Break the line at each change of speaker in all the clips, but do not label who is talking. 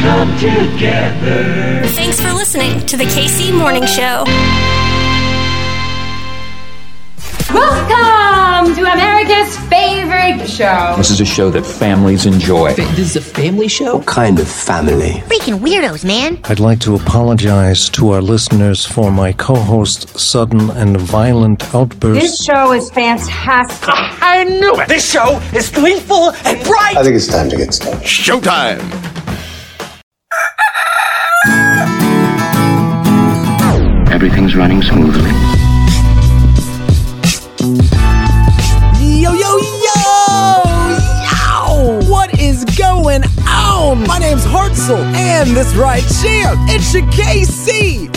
come together.
Thanks for listening to the KC Morning Show.
Welcome to America's favorite show.
This is a show that families enjoy.
This is a family show?
kind of family?
Freaking weirdos, man.
I'd like to apologize to our listeners for my co host's sudden and violent outburst.
This show is fantastic.
This show is gleeful and bright.
I think it's time to get started.
Showtime!
Everything's running smoothly.
Yo, yo, yo! Yo! What is going on? My name's Hartzell, and this right here, it's your KC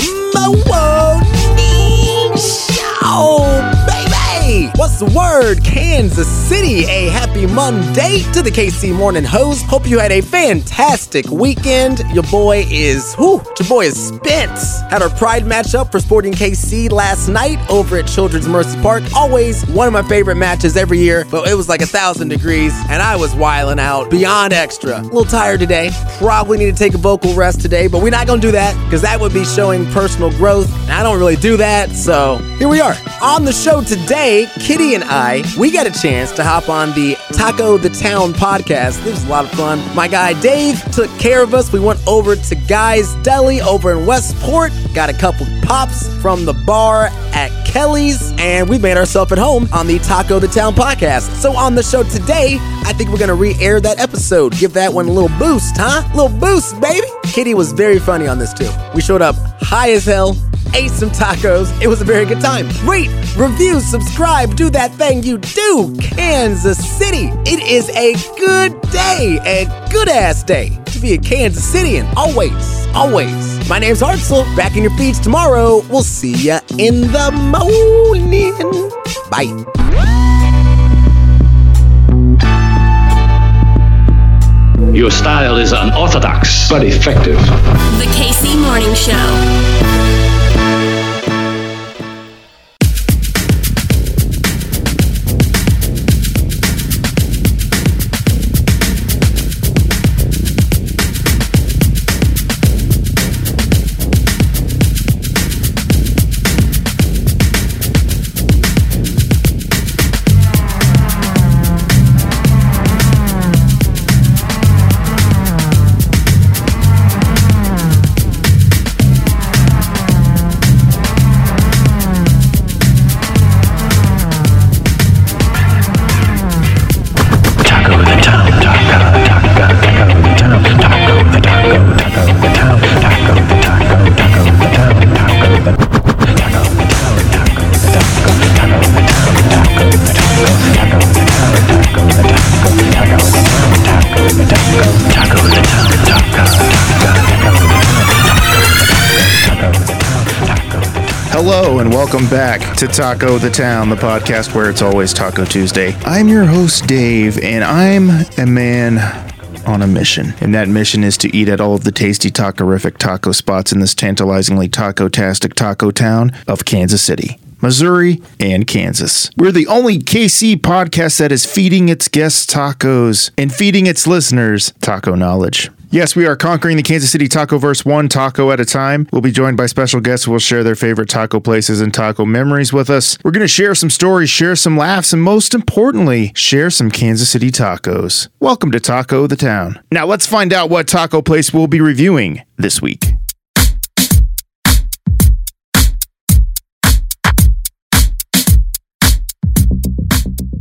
Morning Show, baby! What's the word, Kansas City? A happy Monday to the KC Morning host. Hope you had a fantastic weekend. Your boy is, whew, your boy is spent. Had our pride matchup for Sporting KC last night over at Children's Mercy Park. Always one of my favorite matches every year, but it was like a thousand degrees, and I was wiling out beyond extra. A little tired today. Probably need to take a vocal rest today, but we're not gonna do that because that would be showing personal growth, and I don't really do that. So here we are on the show today. Kitty and I we got a chance to hop on the Taco the Town podcast. This was a lot of fun. My guy Dave took care of us. We went over to Guy's Deli over in Westport, got a couple pops from the bar at Kelly's, and we made ourselves at home on the Taco the Town podcast. So on the show today, I think we're gonna re-air that episode. Give that one a little boost, huh? little boost, baby. Kitty was very funny on this too. We showed up high as hell ate some tacos. It was a very good time. Rate, review, subscribe, do that thing you do, Kansas City. It is a good day, a good ass day to be a Kansas Cityan. Always, always. My name's Hartzell. Back in your feeds tomorrow. We'll see ya in the morning. Bye.
Your style is unorthodox, but effective.
The KC Morning Show.
Taco the town. Taco the taco. Taco the town. Taco the taco. Taco the town. Taco the taco. Taco the town. Taco the taco. The town. Taco the taco. Taco the town. Taco the taco. Taco the town. Taco the taco. Taco the town. Taco the taco. Taco the town. Taco. Taco. Taco the town. Taco the town. Taco the town.
Hello and welcome back to Taco the Town, the podcast where it's always Taco Tuesday. I'm your host, Dave, and I'm a man on a mission. And that mission is to eat at all of the tasty, tacorific taco spots in this tantalizingly taco-tastic taco town of Kansas City. Missouri, and Kansas. We're the only KC podcast that is feeding its guests tacos and feeding its listeners taco knowledge. Yes, we are conquering the Kansas City Tacoverse one taco at a time. We'll be joined by special guests who will share their favorite taco places and taco memories with us. We're going to share some stories, share some laughs, and most importantly, share some Kansas City tacos. Welcome to Taco the Town. Now, let's find out what taco place we'll be reviewing this week.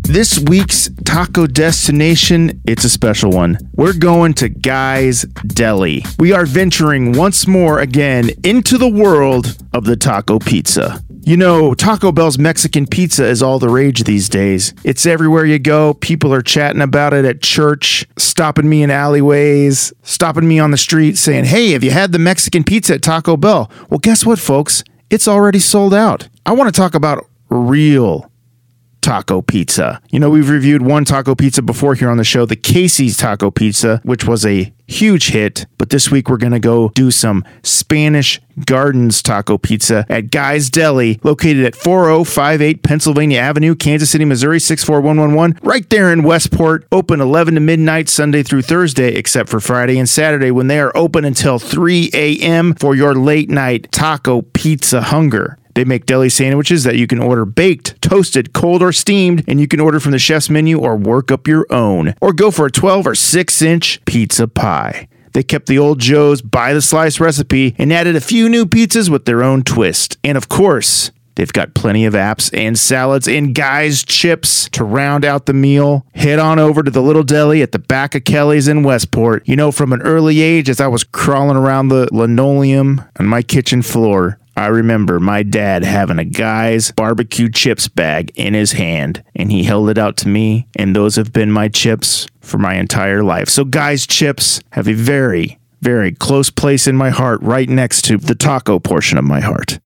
This week's taco destination, it's a special one. We're going to Guy's Deli. We are venturing once more again into the world of the taco pizza. You know, Taco Bell's Mexican pizza is all the rage these days. It's everywhere you go. People are chatting about it at church, stopping me in alleyways, stopping me on the street saying, "Hey, have you had the Mexican pizza at Taco Bell?" Well, guess what, folks? It's already sold out. I want to talk about real taco pizza. You know, we've reviewed one taco pizza before here on the show, the Casey's taco pizza, which was a huge hit. But this week we're going to go do some Spanish Gardens taco pizza at Guy's Deli, located at 4058 Pennsylvania Avenue, Kansas City, Missouri 64111, right there in Westport. Open 11 to midnight Sunday through Thursday, except for Friday and Saturday when they are open until 3 a.m. for your late night taco pizza hunger. They make deli sandwiches that you can order baked, toasted, cold, or steamed, and you can order from the chef's menu or work up your own. Or go for a 12 or 6 inch pizza pie. They kept the old Joe's by the slice recipe and added a few new pizzas with their own twist. And of course, They've got plenty of apps and salads and guys chips to round out the meal. Head on over to the little deli at the back of Kelly's in Westport. You know, from an early age, as I was crawling around the linoleum on my kitchen floor, I remember my dad having a guy's barbecue chips bag in his hand, and he held it out to me, and those have been my chips for my entire life. So, guys chips have a very, very close place in my heart, right next to the taco portion of my heart.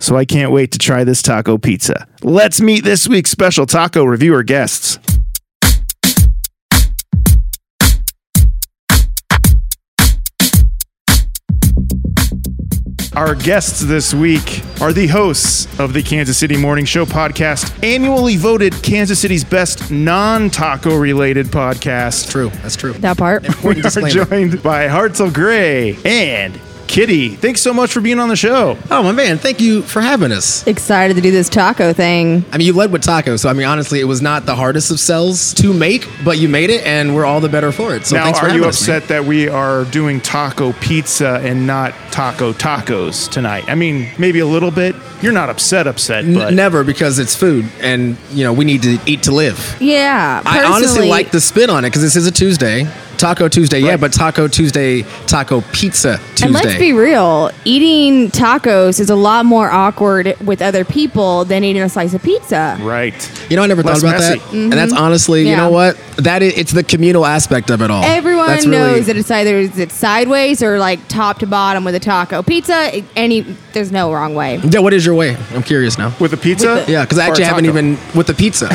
So I can't wait to try this taco pizza. Let's meet this week's special taco reviewer guests. Our guests this week are the hosts of the Kansas City Morning Show podcast, annually voted Kansas City's best non taco related podcast.
True, that's true.
That part.
We are joined by Hartzell Gray and Kitty. Thanks so much for being on the show.
Oh my man, thank you for having us.
Excited to do this taco thing.
I mean, you led with tacos, so I mean, honestly, it was not the hardest of sells to make, but you made it, and we're all the better for it. So
now,
thanks for
are
having
you
us,
upset that we are doing taco pizza and not taco tacos tonight? I mean, maybe a little bit. You're not upset, upset,
man.
but
N- never because it's food, and you know we need to eat to live.
Yeah.
I honestly like the spin on it because this is a Tuesday, Taco Tuesday. Yeah, but Taco Tuesday, Taco Pizza Tuesday.
And let's be real, eating tacos is a lot more awkward with other people than eating a slice of pizza.
right.
You know, I never
Less
thought about
messy.
that, and that's honestly, you
Mm-hmm. Yeah.
know what? That is, it's the communal aspect of it all.
Everyone
That's
knows
really-
that it's either is it sideways or like top to bottom with a taco. Pizza, it- any there's no wrong way.
Yeah, what is your way? I'm curious now.
With a pizza?
With the-
Yeah, because I
Or a
actually haven't
taco?
even with the pizza.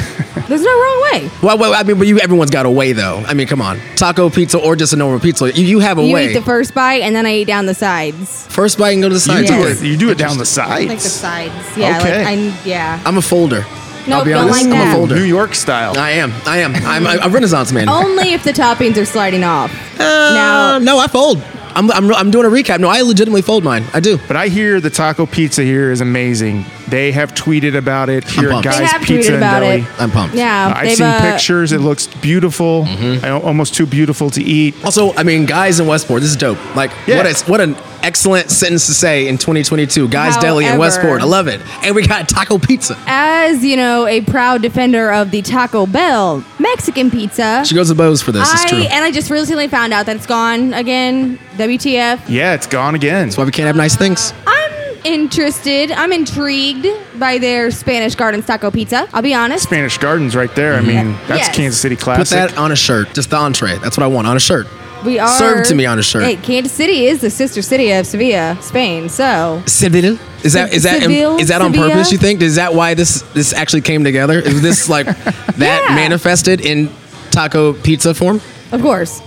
There's no wrong way.
well, well, I mean, but you everyone's got a way though. I mean, come on, taco pizza or just a normal pizza. You, you have a
You
way.
eat the first bite and then I eat down the sides.
First bite and go to the
You
side.
do
Yes.
it. You do it down the sides.
Like the sides. Yeah.
Okay.
Like I yeah.
I'm a folder.
Nope,
I'll be
don't
honest.
like
I'm
that.
a folder.
New York style.
I am. I am. I'm a, a Renaissance man.
Only if the toppings are sliding off.
Uh,
Oh, now
no, I fold. I'm, I'm, I'm doing a recap. No, I legitimately fold mine. I do.
But I hear the taco pizza here is amazing. They have tweeted about it here at
pumped.
Guys
they have
Pizza
tweeted
and
about
Deli.
it.
I'm pumped. Mm-hmm.
Yeah,
I've
they've,
seen
uh,
pictures. It looks beautiful. I- Almost too beautiful to eat.
Also, I mean, guys in Westport, this is dope. Like,
Yeah.
what, a, what an excellent sentence to say in 2022. Guys, Deli in
However-
Westport. I love it. And we got taco pizza.
As you know, a proud defender of the Taco Bell Mexican pizza.
She goes to Bose for this. it's true.
I and I just recently found out that it's gone again. WTF?
Yeah, it's gone again.
That's why we can't have nice things.
I'm interested. I'm intrigued by their Spanish Gardens taco pizza. I'll be honest.
Spanish Gardens right there. I mean, that's
Yes.
Kansas City
Mm-hmm. Put
classic.
that on a shirt. Just the entree. That's what I want on a shirt.
we are
served to me on a shirt.
Hey, Kansas City is the sister city of Sevilla, Spain. So
Seville? Is that is that
Seville?
is that on
Sevilla?
purpose? You think? Is that why this this actually came together? Is this like that
Yeah.
manifested in taco pizza form?
of course,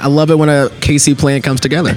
I love it when a KC plan comes together,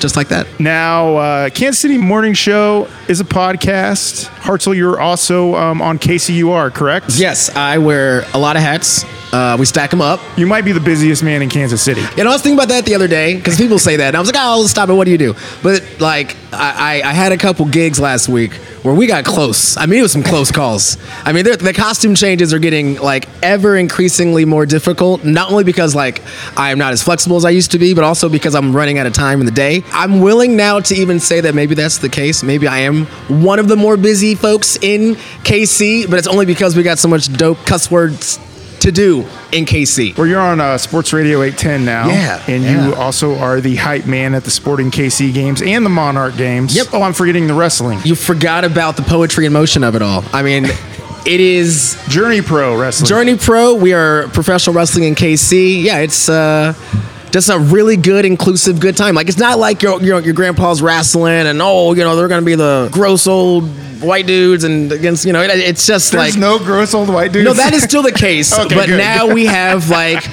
just like that.
Now, uh, Kansas City Morning Show is a podcast. Hartzell, you're also um, on KCUR, correct?
Yes, I wear a lot of hats. Uh, we stack them up.
You might be the busiest man in Kansas City.
And I was thinking about that the other day because people say that, and I was like, "Oh, stop it! What do you do?" But like, I, I, I had a couple gigs last week where we got close. I mean, it was some close calls. I mean, they're- the costume changes are getting like ever increasingly more difficult. Not only because like I am not as flexible as I used to be, but also because I'm running out of time in the day. I'm willing now to even say that maybe that's the case. Maybe I am one of the more busy folks in KC, but it's only because we got so much dope cuss words to do in KC.
Well, you're on uh, Sports Radio 810 now.
Yeah,
And you
yeah.
also are the hype man at the Sporting KC games and the Monarch games.
Yep.
Oh, I'm forgetting the wrestling.
you forgot about the poetry and motion of it all. I mean, it is
Journey Pro Wrestling.
Journey Pro. We are professional wrestling in KC. Yeah, it's uh,
Just a really good, inclusive, good time. Like it's not like your your, your grandpa's wrestling and oh, you know they're gonna be the gross old white dudes and against you know it, it's just
There's
like
no gross old white dudes.
No, that is still the case.
Okay,
but
good.
now we have like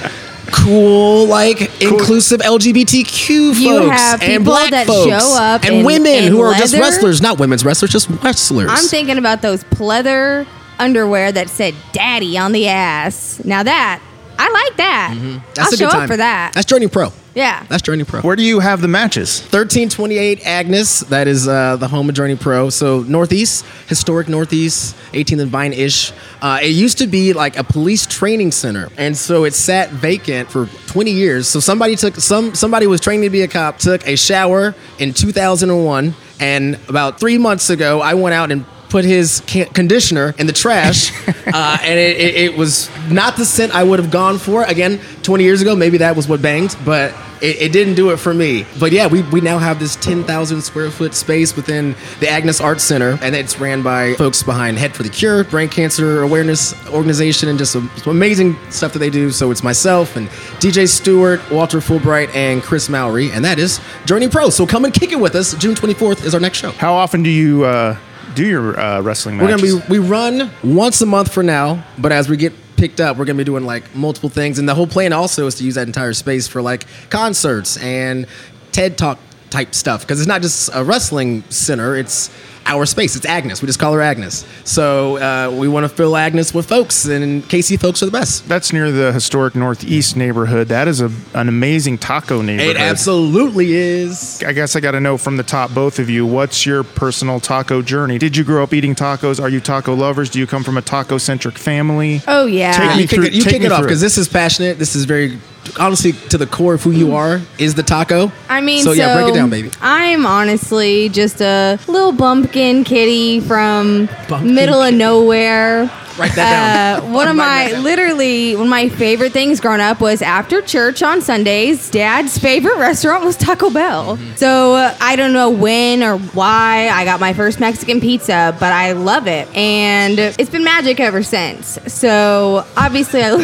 cool, like inclusive LGBTQ folks
You have
and
people
black
that
folks
show up
and
in-
women
in
who are just
leather.
wrestlers, not women's wrestlers, just wrestlers.
I'm thinking about those pleather underwear that said "daddy" on the ass. Now that I like that, I'll show up for that.
That's Journey Pro.
yeah,
That's Journey Pro.
Where do you have the matches?
1328 Agnes, that is uh, the home of Journey Pro. So, Northeast, historic Northeast, 18th and Vine ish. Uh, it used to be like a police training center. And so it sat vacant for 20 years. So, somebody took, some somebody was training to be a cop, took a shower in 2001. And about three months ago, I went out and put his can- conditioner in the trash, uh, and it, it, it was not the scent I would have gone for. Again, 20 years ago, maybe that was what banged, but it, it didn't do it for me. But yeah, we, we now have this 10,000 square foot space within the Agnes Arts Center, and it's ran by folks behind Head for the Cure, Brain Cancer Awareness Organization, and just some, some amazing stuff that they do. So it's myself and DJ Stewart, Walter Fulbright, and Chris Mowry, and that is Journey Pro. So come and kick it with us. June 24th is our next show.
How often do you uh, do your uh, wrestling
We're
matches?
gonna be we run once a month for now, but as we get picked up, we're gonna be doing like multiple things. And the whole plan also is to use that entire space for like concerts and TED Talk type stuff because it's not just a wrestling center; it's our space. It's Agnes. We just call her Agnes. So uh, we want to fill Agnes with folks, and KC folks are the best.
That's near the historic Northeast neighborhood. That is a, an amazing taco neighborhood.
It absolutely is.
I guess I got to know from the top, both of you, what's your personal taco journey? Did you grow up eating tacos? Are you taco lovers? Do you come from a taco centric family?
Oh yeah.
Take me
you kick
through-
it, you
take
kick
me
it off
through
because this is passionate. This is very honestly to the core of who
Mm-hmm.
you are is the taco.
I mean,
so yeah, break it down, baby.
I'm honestly just a little bumpkin kitty from middle of nowhere.
Write that
Uh, one of my literally one of my favorite things growing up was after church on Sundays. Dad's favorite restaurant was Taco Bell.
Mm-hmm.
So uh, I don't know when or why I got my first Mexican pizza, but I love it, and it's been magic ever since. So obviously, I.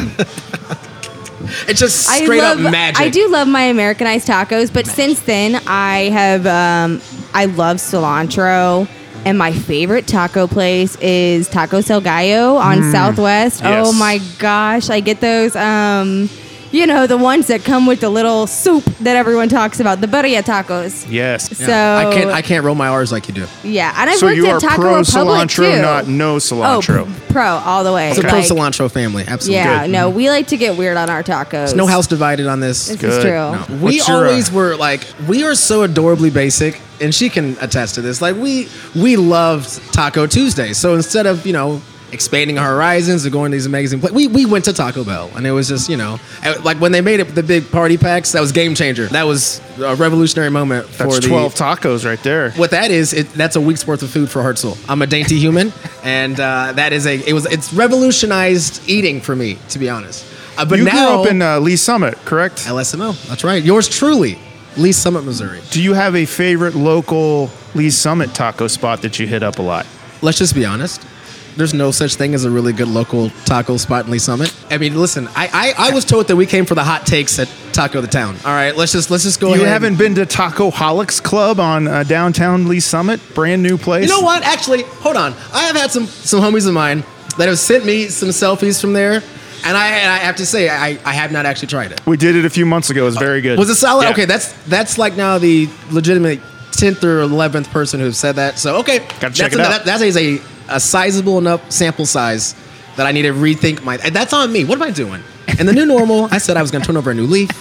It's just straight
I love,
up magic.
I do love my Americanized tacos, but since then I have um, I love cilantro. And my favorite taco place is Tacos El Gallo on Southwest.
Mm. Yes.
Oh my gosh, I get those. Um, you know the ones that come with the little soup that everyone talks about, the burrilla tacos.
Yes.
So
I can't I can't roll my R's like you do.
yeah, and I've
so
worked
you
at
are
Taco
pro
Republic
cilantro,
too.
not no cilantro.
Oh, pro all the way.
It's a pro
Like,
cilantro family. Absolutely.
Yeah,
Good.
no, we like to get weird on our tacos.
There's no house divided on this.
This is
Good.
true.
No.
We
What's your, uh,
always were like we are so adorably basic, and she can attest to this. Like we we loved Taco Tuesday. So instead of you know expanding our horizons or going to these amazing places, we we went to Taco Bell, and it was just you know I- like when they made it the big party packs. That was game changer. That was a revolutionary moment for
That's
the
12 tacos right there.
what that is, it, that's a week's worth of food for Hartzell. I'm a dainty human, and uh, that is a it was it's revolutionized eating for me, to be honest. Uh, but
you
now
grew up in uh, Lee Summit, correct?
LSMO, that's right. Yours truly, Lee Summit, Missouri.
Do you have a favorite local Lee Summit taco spot that you hit up a lot?
Let's just be honest. There's no such thing as a really good local taco spot in Lee Summit. I mean, listen, I, I, I was told that we came for the hot takes at Taco the Town. All right, let's just let's just go
You
ahead.
haven't been to Taco Holics Club on uh, downtown Lee Summit, brand new place.
You know what? Actually, hold on. I have had some some homies of mine that have sent me some selfies from there, and I, and I have to say I, I have not actually tried it.
We did it a few months ago. It was very good.
Was it solid?
Yeah.
Okay, that's that's like now the legitimate tenth or eleventh person who said that. So okay,
Gotta
that's
check it
enough-
out.
That, that is a a sizable enough sample size that I need to rethink my. and That's on me. What am I doing? And the new normal, I said I was going to turn over a new leaf,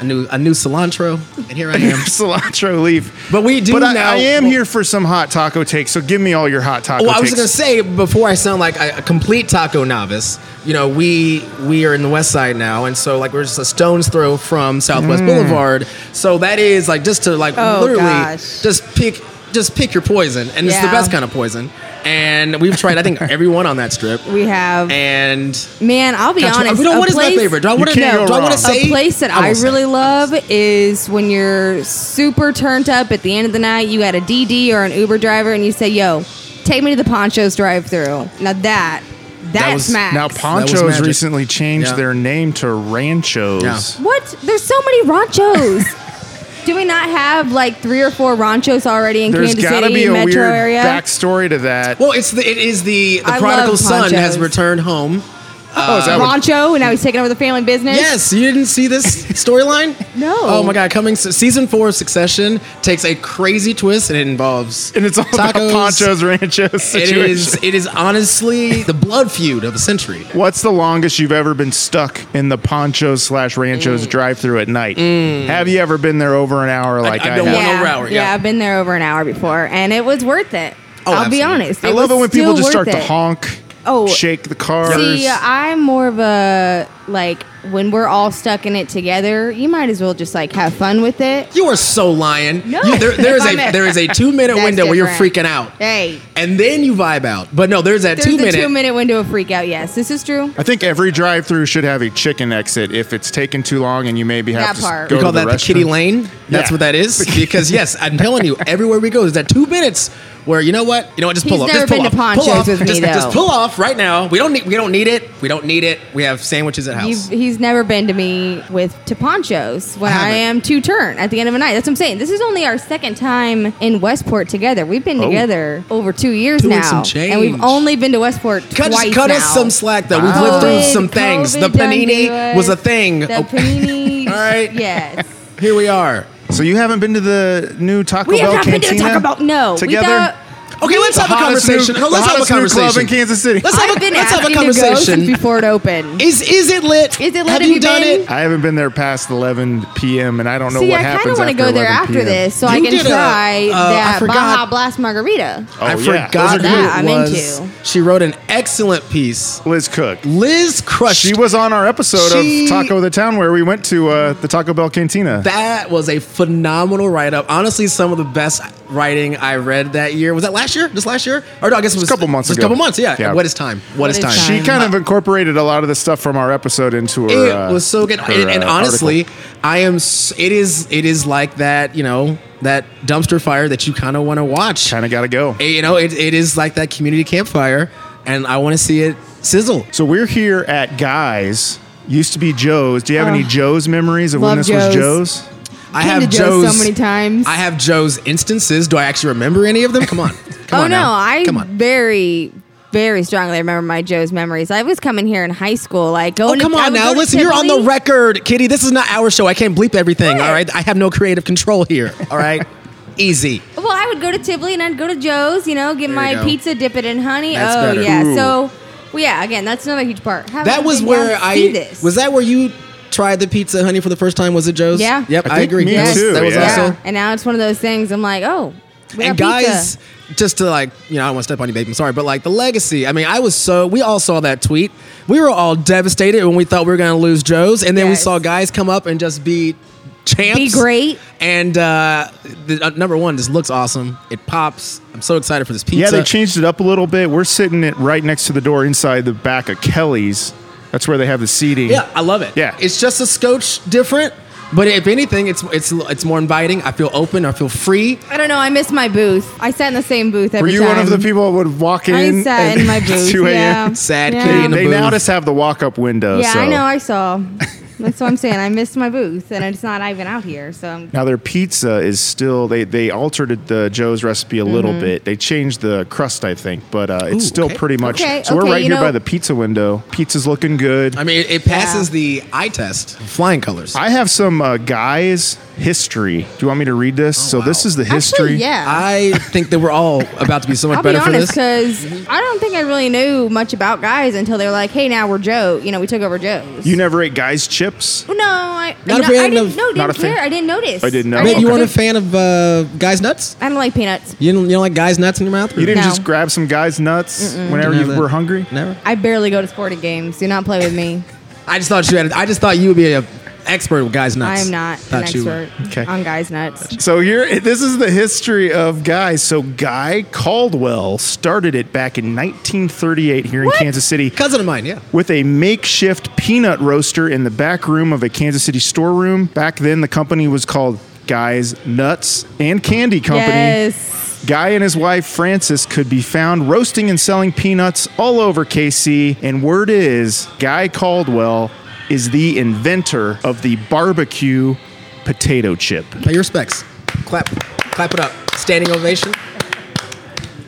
a new a new cilantro, and here I am.
cilantro leaf.
But we do
But I,
now-
I am here for some hot taco takes, so give me all your hot taco
Well, I was
takes.
going to say before I sound like a, a complete taco novice. You know, we we are in the West Side now, and so like we're just a stone's throw from Southwest Boulevard. So that is like just to like
Mm. Oh,
literally
gosh.
just pick just pick your poison, and it's the
Yeah.
best kind of poison. And we've tried, I think, everyone on that strip.
We have
And
Man, I'll be
Gosh,
honest.
we don't-
a
what is my
place-
favorite? Do I wanna-
You can't
no,
go
do I wanna
wrong.
say-
A place that
I
I,
won't say.
really
I won't
love
say.
is when you're super turned up at the end of the night. You got a DD or an Uber driver, and you say, "Yo, take me to the Ponchos drive-through." Now that That's
was,
Max.
Now
That was
Ponchos
Magic.
recently changed
Yeah.
their name to Ranchos.
What? There's so many ranchos. Do we not have like three or four ranchos already in
There's
Kansas
gotta
City
be a
metro
weird
area?
backstory to that.
Well, it's the it is the the
I
prodigal
love
son has
ponchos.
returned home.
Oh, is that what- Rancho, and now he's taking over the family business.
Yes, you didn't see this storyline.
no.
Oh my god! Coming so- season four of Succession takes a crazy twist, and it involves
and it's all about Ponchos
It
Ranchos.
is.
situation.
It is honestly the blood feud of a century.
What's the longest you've ever been stuck in the Ponchos slash Ranchos drive-through at night? Have you ever been there over an hour? Like I,
I've done
have?
one
yeah,
over hour,
yeah.
yeah.
I've been there over an hour before, and it was worth it.
Oh,
I'll be
absolutely.
honest.
I love it
was
when people
still
just start
worth
to
it.
honk,
Oh,
shake the cars.
See, uh, I'm more of a like when we're all stuck in it together. You might as well just like have fun with it.
You are so lying.
No,
You- there, there is
if
a
I'm a-
there is a two minute
That's
window where you're freaking
different.
out,
Hey,
and then you vibe out. But no, there's that
there's
two
the
minute.
two minute window of freak out. Yes, this is true.
I think every drive-through should have a chicken exit if it's taking too long and you maybe have
That
to
part.
go
we call
to
that
the
the kitty
restroom.
lane. That's
Yeah.
what that is. Because yes, I'm telling you, everywhere we go, is that two minutes where you know what? You know what? Just pull up.
He's never
just pull
been
off.
to Ponchos
pull off.
with me,
just, just
though.
pull off right now. We don't need. We don't need it. We don't need it. We have sandwiches at house.
You've, he's never been to me with to ponchos when
I
I,
haven't.
am two turn at the end of a night. That's what I'm saying. This is only our second time in Westport together. We've been
Oh.
together over two years
Two and
now,
some
and we've
change.
only been to Westport
Cut,
twice
just cut us
now.
some slack though. We've lived through
COVID,
some things. The
COVID done do
panini
it.
was a thing.
The
Oh,
panini.
All right.
Yes.
here we are.
So you haven't been to the new Taco
we
Bell
have not been to
cantina
Taco Bell. No.
together.
We got,
Okay, let's
The
have a
hottest
conversation.
new-
no, let's have a
the hottest new club
conversation.
in Kansas City.
Let's have
I've
a,
been
let's have a
asking to go since
conversation.
before it opened.
Is is it lit?
Is it lit?
Have
Have
you
you
done
been?
it?
I haven't been there past 11 p.m. and I don't know
See,
what
I kind
happens.
of want to go there after this so I
You
can
did a-
try
uh, I
that
forgot-
Baja Blast margarita.
Oh,
I
yeah.
forgot
Those are
who
good. I'm
it was.
into.
She wrote an excellent piece.
Liz Cook.
Liz crushed.
She was on our episode
She-
of Taco the Town where we went to uh, the Taco Bell Cantina.
That was a phenomenal write up. Honestly, some of the best writing I read that year. Was that last year? Just last year? Or no, I guess it was
a couple months
just
ago.
A couple months, yeah.
Yeah.
What is time? what is, time?
she kind of incorporated a lot of the stuff from our episode into her.
it
uh,
was so good,
her,
and, and
uh,
honestly,
article.
I am. s- It is. It is like that. You know that dumpster fire that you kind of want to watch.
kinda gotta go.
Eh, You know, it, it is like that community campfire, and I want to see it sizzle.
So we're here at Guys. Used to be Joe's. Do you have any
Oh.
Joe's memories of when
Love
this was
Joe's.
Joe's?
I
Been
have
to
Joe's.
Joe's so many times.
I have Joe's instances. Do I actually remember any of them? Come on. Come
oh
on
no,
now.
I
Come on.
very, very strongly remember my Joe's memories. I was coming here in high school, like
Oh,
going.
come
to, I
on
would
now.
go to
Listen, you're on the
Tivoli.
record, Kitty. This is not our show. I can't bleep everything,
What?
all right? I have no creative control here, all right? Easy.
Well, I would go to Tivoli and I'd go to Joe's. You know, get
There you
my
go.
pizza, dip it in honey.
That's
oh
better.
yeah.
Ooh.
So, well, yeah. Again, that's another huge part. Haven't
That was
been down
where
to
I
see this.
was. That where you tried the pizza, honey, for the first time. Was it Joe's?
Yeah.
Yep,
I
I,
think
agree.
me
That was-
too,
That was
yeah.
also.
And now it's one of those things. I'm like, oh, we
and
got
guys,
pizza.
just to like, you know, I don't want to step on you, babe. I'm sorry, but like the legacy. I mean, I was so we all saw that tweet. We were all devastated when we thought we were going to lose Joe's, and then we
Yes.
saw guys come up and just be champs,
Be great.
And uh, the, uh, number one, this looks awesome. It pops. I'm so excited for this pizza.
Yeah, they changed it up a little bit. We're sitting it right next to the door inside the back of Kelly's. That's where they have the seating.
Yeah, I love it.
Yeah.
it's just a scotch different, but if anything, it's it's it's more inviting. I feel open. I feel free.
I don't know. I missed my booth. I sat in the same booth every
Were you
time.
one of the people that would walk in?
I sat
at
in my booth.
2 a.m.?
Yeah.
Sad
yeah.
kitty in the
They now
booth.
just have the walk-up window.
Yeah,
so.
I know. I saw. That's what I'm saying. I missed my booth, and it's not even out here. So I'm
Now their pizza is still they they altered it, the Joe's recipe a
Mm-hmm.
little bit. They changed the crust, I think, but uh, it's
Ooh,
still
okay.
pretty much.
Okay,
so we're
okay,
right
you
here by
know-
the pizza window. Pizza's looking good.
I mean, it, it passes the eye test. Flying colors.
I have some uh, guys history. Do you want me to read this?
Oh,
so this is the history.
Actually, yeah.
I think that we're all about to be so much
I'll be
better for
honest,
this.
because I don't think I really knew much about guys until they were like, "Hey, now we're Joe." You know, we took over Joe's.
You never ate guys chips?
no, I
Not a
no,
fan
I didn't,
of-
no,
not a
didn't care.
fan-
I didn't notice.
I didn't know.
Wait, you
Okay.
weren't a fan of uh, guys nuts?
I don't like peanuts.
You don't, you don't like guys nuts in your mouth?
You didn't
No.
just grab some guys nuts whenever you
Never.
were hungry?
Never.
I barely go to sporting games. Do not play with me.
I just thought you had. I just thought you would be an expert with guys
I
nuts.
am not an
Thought you were.
expert
Okay.
on guys' nuts.
So here, this is the history of guys. So Guy Caldwell started it back in 1938 here in Kansas City.
Cousin of mine, yeah.
with a makeshift peanut roaster in the back room of a Kansas City storeroom. Back then, the company was called Guys Nuts and Candy Company.
Yes.
Guy and his wife Frances could be found roasting and selling peanuts all over KC, and word is Guy Caldwell is the inventor of the barbecue potato chip.
Pay your respects. Clap, clap it up. Standing ovation.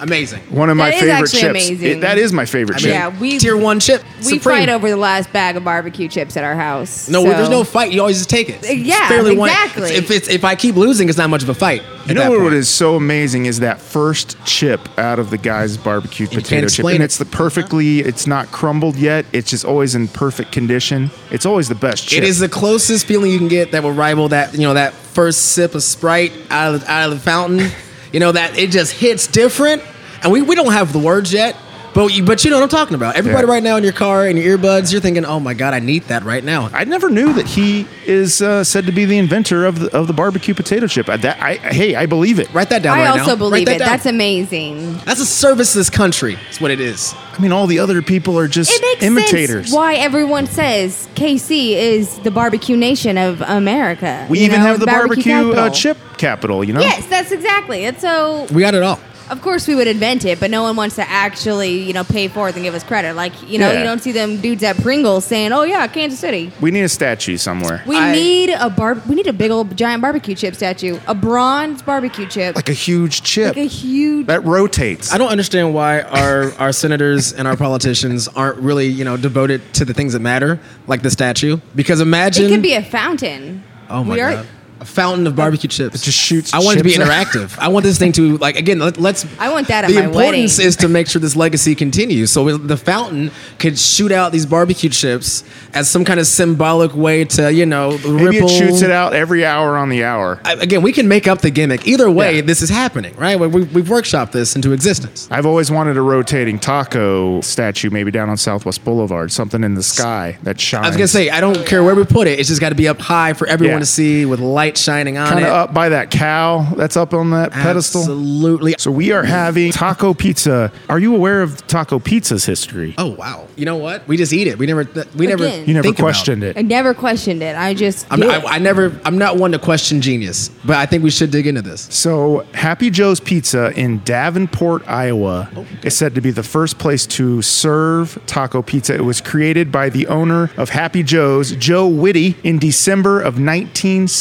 Amazing.
One of my
That is
favorite
actually
chips.
amazing.
It- that is my favorite chip.
yeah, we
tier one chip.
We
Supreme.
fight over the last bag of barbecue chips at our house.
No,
so.
there's no fight. You always just take it. It's
Yeah,
fairly one-
exactly.
if it's if I keep losing, it's not much of a fight.
You know what is so amazing is that first chip out of the guy's barbecue potato chip,
explain
and
it.
it's the perfectly. It's not crumbled yet. It's just always in perfect condition. It's always the best chip.
It is the closest feeling you can get that will rival that you know that first sip of Sprite out of the, out of the fountain. you know that it just hits different, and we, we don't have the words yet. But you, but you know what I'm talking about. Everybody
Yeah.
right now in your car and your earbuds, you're thinking, "Oh my god, I need that right now."
I never knew that he is uh, said to be the inventor of the, of the barbecue potato chip. I, that, I, hey, I believe it.
Write that down.
I
right
also
now.
believe
Write that
it.
down.
That's amazing.
That's a service to this country. That's what it is.
I mean, all the other people are just
It makes
imitators.
sense why everyone says KC is the barbecue nation of America.
we
you
even
know,
have the barbecue, uh,
capital.
chip capital. You know.
Yes, that's exactly. It's so
We got it all.
Of course, we would invent it, but no one wants to actually, you know, pay for it and give us credit. Like, you know,
Yeah.
you don't see them dudes at Pringles saying, "Oh yeah, Kansas City."
We need a statue somewhere.
We need a bar. We need a big old giant barbecue chip statue, a bronze barbecue chip,
like a huge chip
like a huge.
that rotates.
I don't understand why our, our senators and our politicians aren't really, you know, devoted to the things that matter, like the statue. Because imagine
It could be a fountain.
Oh my
We are-
god. A fountain of barbecue chips.
It just shoots
I want it to be
chips out.
interactive. I want this thing to like again. Let, let's.
I want that at
the
my
importance
wedding.
is to make sure this legacy continues. So with- the fountain could shoot out these barbecue chips as some kind of symbolic way to you know
Maybe
ripple.
it shoots it out every hour on the hour.
I- again, we can make up the gimmick. Either way,
Yeah.
this is happening, right? We, we- we've workshopped this into existence.
I've always wanted a rotating taco statue, maybe down on Southwest Boulevard, something in the sky that shines.
I was gonna say I don't care where we put it; it's just got to be up high for everyone
Yeah.
to see with light shining on
kind
it.
of up by that cow that's up on that pedestal.
Absolutely.
So we are having taco pizza. Are you aware of taco pizza's history?
Oh wow! You know what? We just eat it. We never. th- We never.
Again.
you never
think about
questioned
I
it.
never questioned it. I just.
I'm
did.
not, I, I never. I'm not one to question genius, but I think we should dig into this.
So Happy Joe's Pizza in Davenport, Iowa, is said to be the first place to serve taco pizza. It was created by the owner of Happy Joe's, Joe Whitty, in December of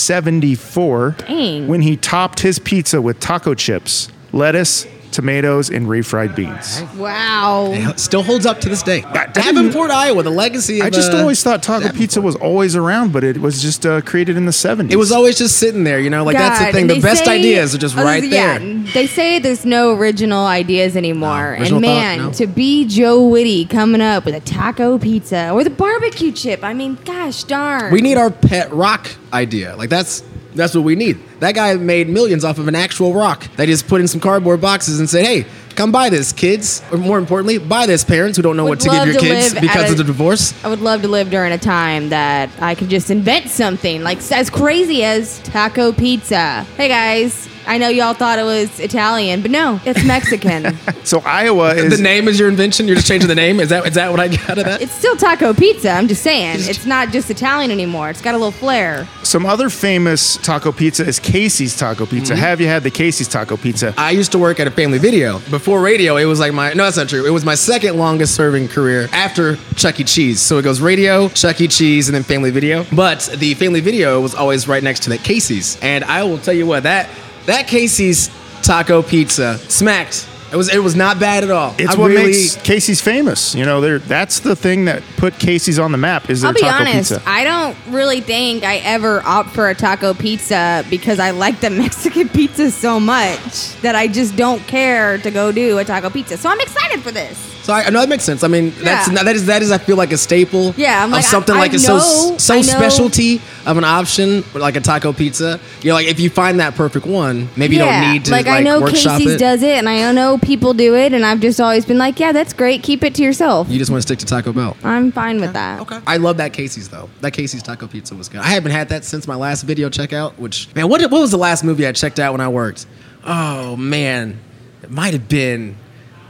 1974.
Dang.
When he topped his pizza with taco chips, lettuce, tomatoes, and refried beans.
wow.
It still holds up to this day.
I didn't-
Davenport, Iowa, the legacy. Of,
I just
uh,
always thought taco
Davenport.
pizza was always around, but it was just uh, created in the 70s.
It was always just sitting there, you know. Like that's the
God,
thing. The
they
best
say-
ideas are just
Oh,
right
yeah,
there.
They say there's no original ideas anymore.
original
and
thought,
man,
no.
to be Joe Whitty coming up with a taco pizza or the barbecue chip, I mean, gosh darn.
We need our pet rock idea. Like that's that's what we need. That guy made millions off of an actual rock. They just put in some cardboard boxes and said, "Hey, come buy this, kids." Or more importantly, buy this, parents who don't know
Would
what to give
love
your
to
kids
live
because
at
of the
a-
divorce.
I would love to live during a time that I could just invent something like as crazy as taco pizza. Hey guys, I know y'all thought it was Italian, but no, it's Mexican.
so Iowa is
The name is your invention. You're just changing the name. Is that is that what I got out of that?
it's still taco pizza. I'm just saying, it's not just Italian anymore. It's got a little flair.
Some other famous taco pizza is Casey's taco
Mm-hmm.
pizza. Have you had the Casey's taco pizza?
I used to work at a family video. Before radio, it was like my no, that's not true. It was my second longest serving career after Chuck E. Cheese. So it goes radio, Chuck E. Cheese, and then family video. But the family video was always right next to the Casey's. And I will tell you what, that that Casey's taco pizza smacked. It was it was not bad at all.
It's
I
what
really-
makes Casey's famous. You know, they're, that's the thing that put Casey's on the map is their
I'll be
taco
honest.
pizza.
I don't really think I ever opt for a taco pizza because I like the Mexican pizza so much that I just don't care to go do a taco pizza. So I'm excited for this.
So I, no, that makes sense. I mean, that's
Yeah.
that is that is I feel like a staple.
Yeah, I'm like,
of something
I-
like
I
it's
know-
so so
I know-
specialty of an option like a taco pizza. You're like if you find that perfect one, maybe you don't need to like,
like, I know
workshop
Casey's
it.
does it, and I know people do it, and I've just always been like, yeah, that's great. Keep it to yourself.
You just want to stick to Taco Bell.
I'm fine with that. Okay.
I love that Casey's though. That Casey's taco pizza was good. I haven't had that since my last video checkout. Which man, what what was the last movie I checked out when I worked? Oh man, it might have been.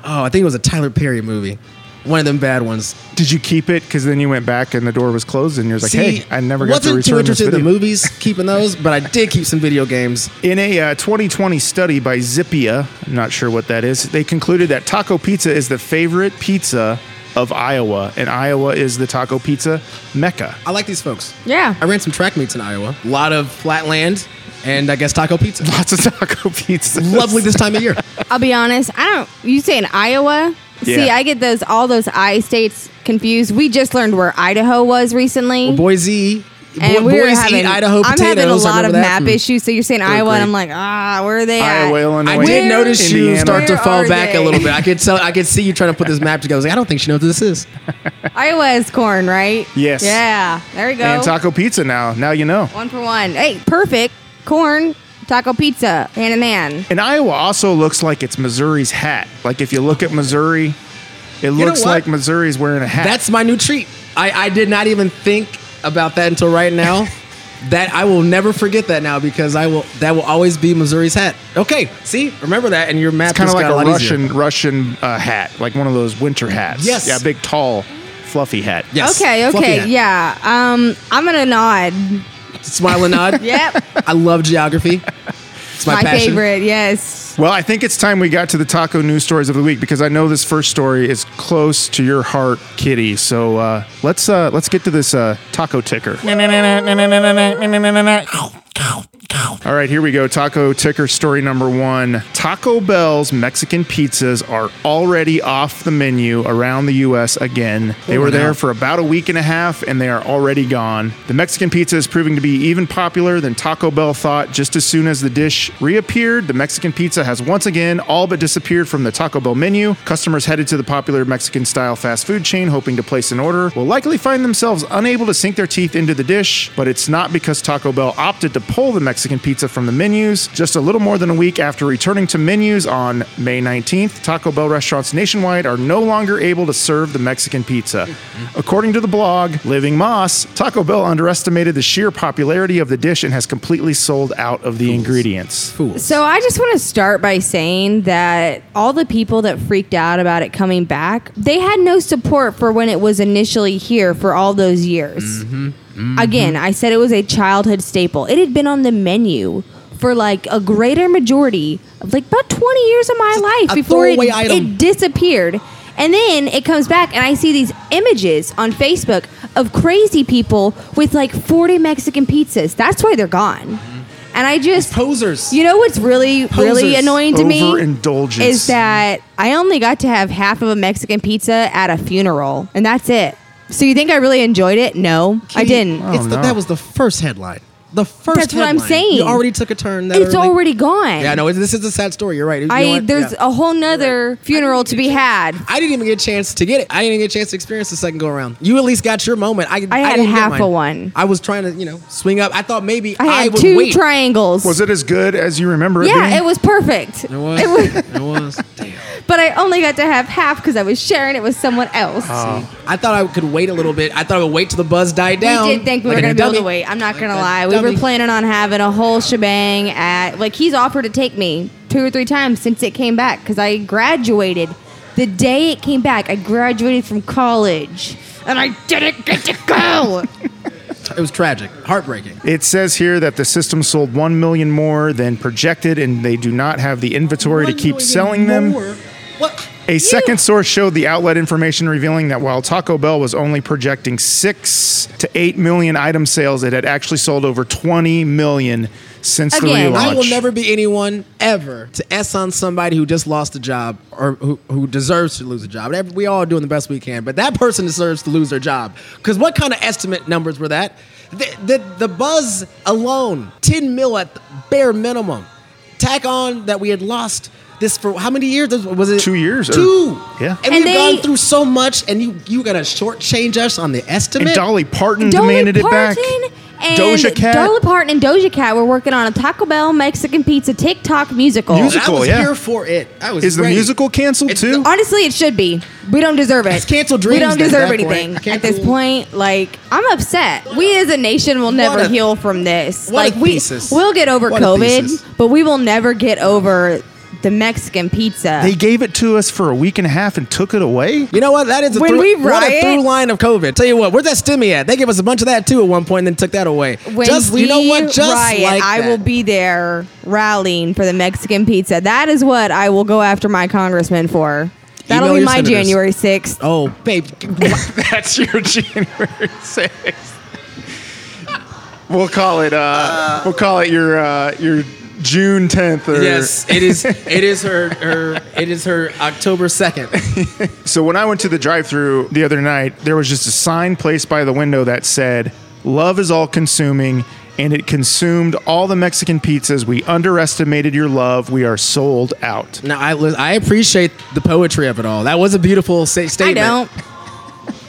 Oh, I think it was a Tyler Perry movie. One of them bad ones.
Did you keep it? Because then you went back and the door was closed, and you're like,
See,
"Hey, I never got
wasn't
to
too
return this
interested in the
video."
movies, keeping those, but I did keep some video games.
In a uh, 2020 study by Zippia, I'm not sure what that is, they concluded that taco pizza is the favorite pizza of Iowa, and Iowa is the taco pizza mecca.
I like these folks.
Yeah.
I ran some track meets in Iowa. A lot of flatland and I guess taco pizza.
Lots of taco pizza.
Lovely this time of year.
I'll be honest. I don't. You say in Iowa. See,
Yeah.
I get those all those I states confused. We just learned where Idaho was recently.
Boise.
and
Bo-
we were
boys
having,
eat Idaho
I'm
potatoes.
having a
I
lot
remember
of
that Hmm.
map
from-
issues. So you're saying Iowa, and I'm like, ah, where are they at?
Iowa, Illinois,
I did notice you
Indiana.
start to
Where
fall
are
back a
they?
little bit. I could tell. I could see you trying to put this map together. I was like, I don't think she knows what this is.
Iowa is corn, right?
Yes.
Yeah. There we go.
And taco pizza now. Now you know.
one for one. Hey, perfect. Corn, taco pizza, hand in hand.
And Iowa also looks like it's Missouri's hat. Like if you look at Missouri, it
know
looks
what?
like Missouri's wearing a hat.
That's my new treat. I, I did not even think about that until right now. that I will never forget that now because I will. That will always be Missouri's hat. Okay, see, remember that, and your map
it's kind of
just
like
got
a,
lot easier.
Russian Russian uh, hat, like one of those winter hats.
Yes.
Yeah, big tall, fluffy hat.
Yes.
Okay,
Fluffy
okay,
hat.
yeah. Um, I'm gonna nod.
Smile and nod.
Yep,
I love geography. It's my,
my,
passion.
favorite. Yes.
Well, I think it's time we got to the taco news stories of the week because I know this first story is close to your heart, Kitty. So uh, let's uh, let's get to this uh, taco ticker. All right, here we go. Taco ticker story number one. Taco Bell's Mexican pizzas are already off the menu around the U.S. again. They were there for about a week and a half, and they are already gone. The Mexican pizza is proving to be even popular than Taco Bell thought. Just as soon as the dish reappeared, the Mexican pizza has once again all but disappeared from the Taco Bell menu. Customers headed to the popular Mexican-style fast food chain, hoping to place an order, will likely find themselves unable to sink their teeth into the dish. But it's not because Taco Bell opted to pull the Mexican pizza from the menus. Just a little more than a week after returning to menus on May 19th, Taco Bell restaurants nationwide are no longer able to serve the Mexican pizza. According to the blog Living Moss, Taco Bell underestimated the sheer popularity of the dish and has completely sold out of the ingredients.
So I just want to start by saying that all the people that freaked out about it coming back, they had no support for when it was initially here for all those years.
Mm-hmm,
Again, I said it was a childhood staple. It had been on the menu for like a greater majority of like about 20 years of my life
a
before it,
throwaway item.
it disappeared. And then it comes back, and I see these images on Facebook of crazy people with like 40 Mexican pizzas. That's why they're gone. And I just
Mm-hmm. Posers.
you know what's really, really
Posers.
annoying to me
Overindulgence.
is that I only got to have half of a Mexican pizza at a funeral, and that's it. So you think I really enjoyed it? No, I didn't.
It's the,
no.
that was the first headline. The first.
That's what I'm
headline.
saying.
You already took a turn. That
it's
early.
already gone.
Yeah, no. This is a sad story. You're right. You know
I
what?
there's
Yeah.
a whole nother funeral to be had.
I didn't even get a chance to get it. I didn't even get a chance to experience the second go around. You at least got your moment. I,
I had
didn't get
half
mine.
a one.
I was trying to, you know, swing up. I thought maybe
I
I,
had
would
two
wait.
triangles.
Was it as good as you remember it
yeah,
being?
it was perfect.
it was.
It was-
It was. Damn.
but I only got to have half because I was sharing it with someone else.
I thought I could wait a little bit. I thought I would wait till the buzz died down.
We did think we
like
were
a
going to be able to
dummy.
wait. I'm not going to
a
lie. We
dummy.
were planning on having a whole shebang at, like, he's offered to take me two or three times since it came back because I graduated. The day it came back, I graduated from college and I didn't get to go.
It was tragic, heartbreaking.
It says here that the system sold 1 million more than projected, and they do not have the inventory to keep selling them.
What?
A second source showed the outlet information revealing that while Taco Bell was only projecting 6 to 8 million item sales, it had actually sold over 20 million since
Again,
the relaunch.
I will never be anyone ever to s on somebody who just lost a job or who, who deserves to lose a job. Every- We all are doing the best we can, but that person deserves to lose their job. Because what kind of estimate numbers were that? The, the, the buzz alone, 10 mil at the bare minimum. Tack on that we had lost this for how many years? Was it
Two years, or-
Two.
Yeah.
And,
And
we've
they-
gone through so much, and you you gotta shortchange us on the estimate.
And Dolly Parton
Dolly
Mm, demanded
Parton
it back.
And
Doja Cat.
Dolly Parton and Doja Cat were working on a Taco Bell Mexican Pizza TikTok
Oh,
Music-
musical.
I
Musical,
was
yeah.
here for it. I was
Is the
ready.
musical canceled
It's
too?
Honestly, it should be. We don't deserve it.
It's canceled dreams
We don't
then,
deserve
at that point.
anything at
Cancel-
this point. Like, I'm upset. We as a nation will never
a-
heal from this.
what a
Like, we
thesis.
we'll get over
What a thesis.
COVID, but we will never get over the Mexican pizza.
They gave it to us for a week and a half and took it away.
You know what? That is a
When
through,
we
what a
riot-
through line of COVID. Tell you what, where's that stimmy at? They gave us a bunch of that too at one point, and then took that away.
when
just
we
you know what? Just
riot,
like
I
that.
will be there rallying for the Mexican pizza. That is what I will go after my congressman for. That'll
Email
be
your
my
senators.
January sixth.
Oh, babe.
That's your January 6th. We'll call it. Uh, we'll call it your uh, your June 10th. Or,
Yes, it is. It is her. Her. It is her October second.
So when I went to the drive-through the other night, there was just a sign placed by the window that said, "Love is all-consuming." And it consumed all the Mexican pizzas. We underestimated your love. We are sold out.
Now I li- I appreciate the poetry of it all. That was a beautiful sa-
I
statement.
don't.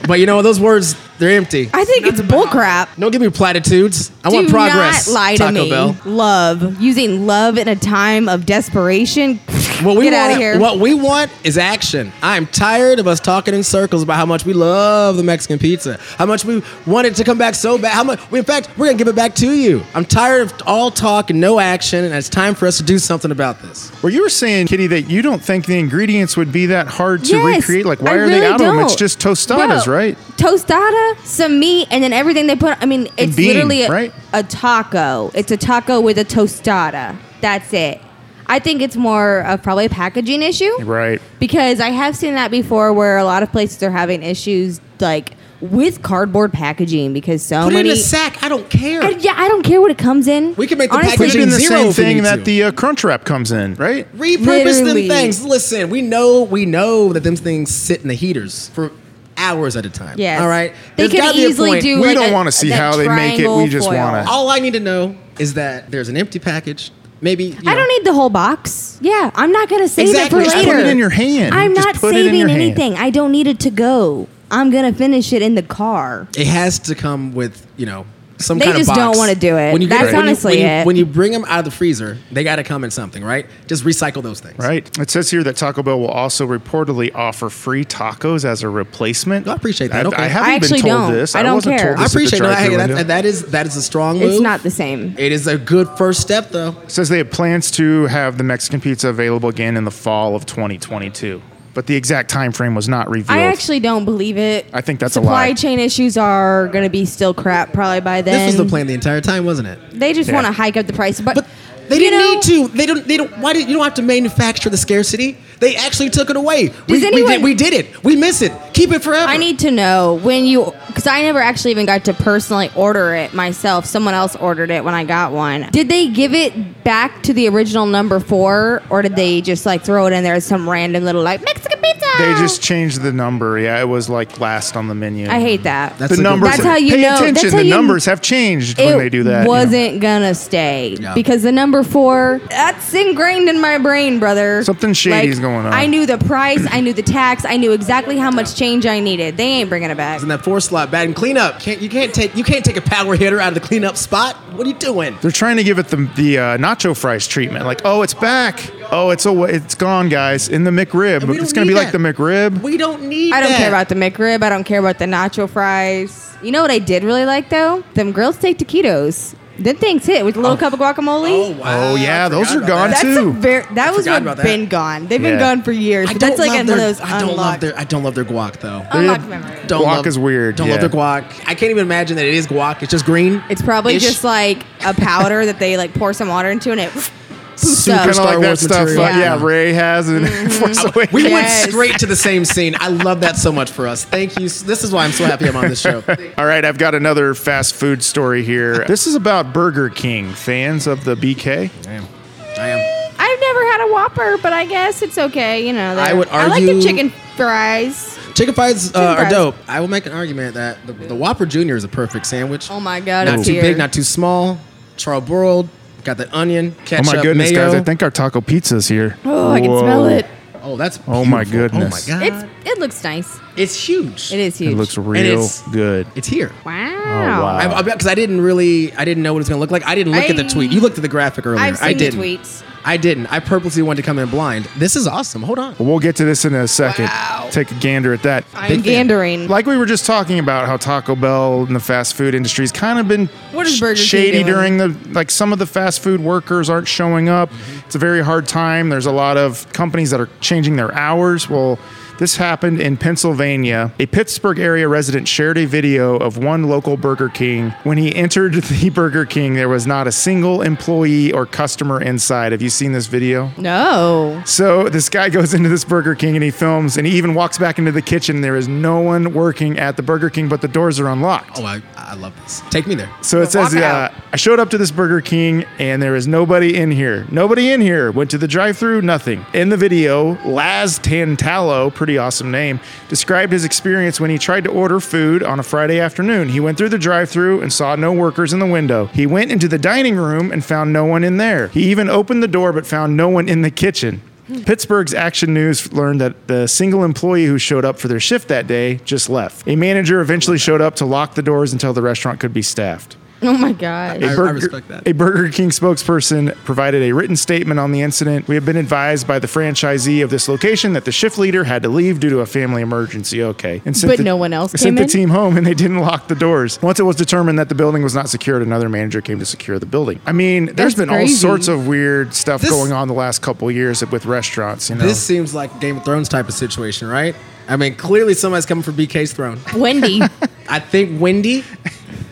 But you know what? Those words they're empty.
I think it's bullcrap.
Don't give me platitudes. I
Do
want progress.
not lie to
Taco
me.
Bell.
Love using love in a time of desperation.
What we
Get
want,
out of here.
What we want is action. I'm tired of us talking in circles about how much we love the Mexican pizza, how much we want it to come back so bad. How much? In fact, we're gonna give it back to you. I'm tired of all talk and no action, and it's time for us to do something about this.
Well, you were saying, Kitty, that you don't think the ingredients would be that hard to
Yes,
recreate. Like, why
I
are they
really
out of them? It's
don't.
just tostadas,
Bro,
right?
Tostada, some meat, and then everything they put. I mean, it's
bean,
literally a,
right?
a taco. It's a taco with a tostada. That's it. I think it's more of probably a packaging issue.
Right.
Because I have seen that before where a lot of places are having issues like with cardboard packaging because so
Put it
many.
in a sack. I don't care.
I- yeah, I don't care what it comes in.
We can make the
Put it
packaging
in the
zero
same
if we need
thing
to.
that the uh, crunch wrap comes in, right?
Repurpose
Literally.
them things. Listen, we know we know that them things sit in the heaters for hours at a time.
Yes.
All right.
They
There's
could
gotta be a
easily
point.
do.
We
like
don't
a-
wanna see
that
how they make it. We
triangle
just
foil.
wanna-
All I need to know is that there's an empty package. Maybe you
I
know,
don't need the whole box. Yeah, I'm not gonna save
Exactly.
it
Just
for
put
later.
it in
your hand.
I'm
Just
not
put it in
saving
your hand.
anything. I don't need it to go. I'm gonna finish it in the car.
It has to come with you know some
They
kind
just
of box.
don't wanna do it. That's honestly
when you,
it.
When you bring them out of the freezer, they got to come in something, right? Just recycle those things.
Right. It says here that Taco Bell will also reportedly offer free tacos as a replacement.
I appreciate that.
I,
Okay.
I haven't
I actually
been told
don't.
this.
I don't
wasn't
care.
told
I
this at the
appreciate that. Hey,
drive-thru
that,
window.
that is that is a strong move.
It's not the same.
It is a good first step, though.
It says they have plans to have the Mexican pizza available again in the fall of 2022, but the exact time frame was not revealed.
I actually don't believe it.
I think that's a
supply
lie.
chain issues are gonna be still crap probably by then.
This was the plan the entire time, wasn't it?
They just
Yeah.
want to hike up the price, but,
But they
you
didn't
know,
need to. They don't. They don't. Why did you don't have to manufacture the scarcity? They actually took it away. we, we
anyone-
did, we did it. We miss it. Keep it forever.
I need to know when you, because I never actually even got to personally order it myself. Someone else ordered it when I got one. Did they give it back to the original number four, or did they just like throw it in there as some random little like Mexican pizza?
They just changed the number. Yeah, it was like last on the menu.
I hate that.
That's
the
a good
numbers.
point.
That's how you
pay
know-
attention.
that's how
the
you-
numbers have changed
it
when they do that. you know.
wasn't gonna stay
Yeah.
because the number four that's ingrained in my brain, brother.
Something shady's going on.
I knew the price, I knew the tax, I knew exactly how much change I needed. They ain't bringing it back.
in that four slot batting cleanup. Can't you can't take you can't take a power hitter out of the cleanup spot. What are you doing?
They're trying to give it the the uh, nacho fries treatment. Like, oh, it's back. Oh, it's awa It's gone, guys. In the McRib.
And we
It's
don't
gonna be
need
like the
that.
McRib.
We don't need.
I don't
that.
care about the McRib. I don't care about the nacho fries. You know what I did really like though? Them grilled steak taquitos. Them things hit with a little cup of
Oh
guacamole.
wow!
Oh, yeah,
I
those
forgot
are
about that.
gone,
That's
too.
a very that was
forgot
what
about that.
been gone. They've
Yeah.
been gone for years.
I
but
don't
that's like
love
one
their,
of those
I don't love
unlocked-
their I don't love their guac though.
unlocked memories.
Don't
Guac
love,
is weird,
Don't
yeah.
love their guac. I can't even imagine that it is guac. It's just green.
It's probably just like a powder that they like pour some water into and it poofs
Super
up.
Kind of
Star
like that
Wars
stuff.
material. Mm-hmm.
uh, yeah.
Yeah.
Ray has and Force Awakens.
We
Yes.
went straight to the same scene. I love that so much for us. Thank you. This is why I'm so happy I'm on this show.
All right, I've got another fast food story here. This is about Burger King fans of the BK.
I am.
I've never had a Whopper, but I guess it's okay. You know,
I would
I like the
argue-
chicken fries.
Chicken fries uh,
Chicken
are
fries.
dope. I will make an argument that the, the Whopper Jr. is a perfect sandwich.
Oh my god,
Not
it's
too
here.
big, not too small. Charboiled. Got that onion,
Oh
ketchup,
my goodness,
mayo.
guys! I think our taco pizza's here.
Oh, I can smell
Whoa.
it.
Oh, that's.
Oh my
beautiful.
goodness.
Oh my god.
It's it looks nice.
It's huge.
It is huge.
It looks
And
real
it's-
good. Oh,
It's here.
Wow.
wow.
I, I, because I didn't really, I didn't know what it was going to look like. I didn't look at the
I-
tweet. You looked at the graphic earlier.
I've seen
I
the
didn't.
tweets.
I didn't. I purposely wanted to come in blind. This is awesome. Hold on.
We'll get to this in a second. Take a gander at that.
I'm gandering.
Like we were just talking about how Taco Bell and the fast food industry's kind of been
What is
sh-
Burger King
shady during
doing?
the like some of the fast food workers aren't showing up.
Mm-hmm.
It's a very hard time. There's a lot of companies that are changing their hours. Well, this happened in Pennsylvania. A Pittsburgh area resident shared a video of one local Burger King. When he entered the Burger King, there was not a single employee or customer inside. Have you seen this video?
No.
So this guy goes into this Burger King and he films and he even walks back into the kitchen. There is no one working at the Burger King, but the doors are unlocked.
Oh, I, I love this. Take me there.
So it says,
Walk
uh,
out.
I showed up to this Burger King and there is nobody in here. Nobody in here. Went to the drive through nothing. In the video, Laz Tantalo, pretty awesome name, described his experience when he tried to order food on a Friday afternoon. He went through the drive through and saw no workers in the window. He went into the dining room and found no one in there. He even opened the door but found no one in the kitchen.
Hmm.
Pittsburgh's Action News learned that the single employee who showed up for their shift that day just left. A manager eventually showed up to lock the doors until the restaurant could be staffed.
Oh my god.
A Burger, a Burger King spokesperson provided a written statement on the incident. We have been advised by the franchisee of this location that the shift leader had to leave due to a family emergency. Okay. And
But
the-
no one else
sent
came
the
in?
team home and they didn't lock the doors. Once it was determined that the building was not secured, another manager came to secure the building. I mean,
That's
there's been all
crazy.
sorts of weird stuff
This-
going on the last couple years with restaurants, you know.
This seems like a Game of Thrones type of situation, right? I mean, clearly somebody's coming for BK's throne.
Wendy.
I think Wendy.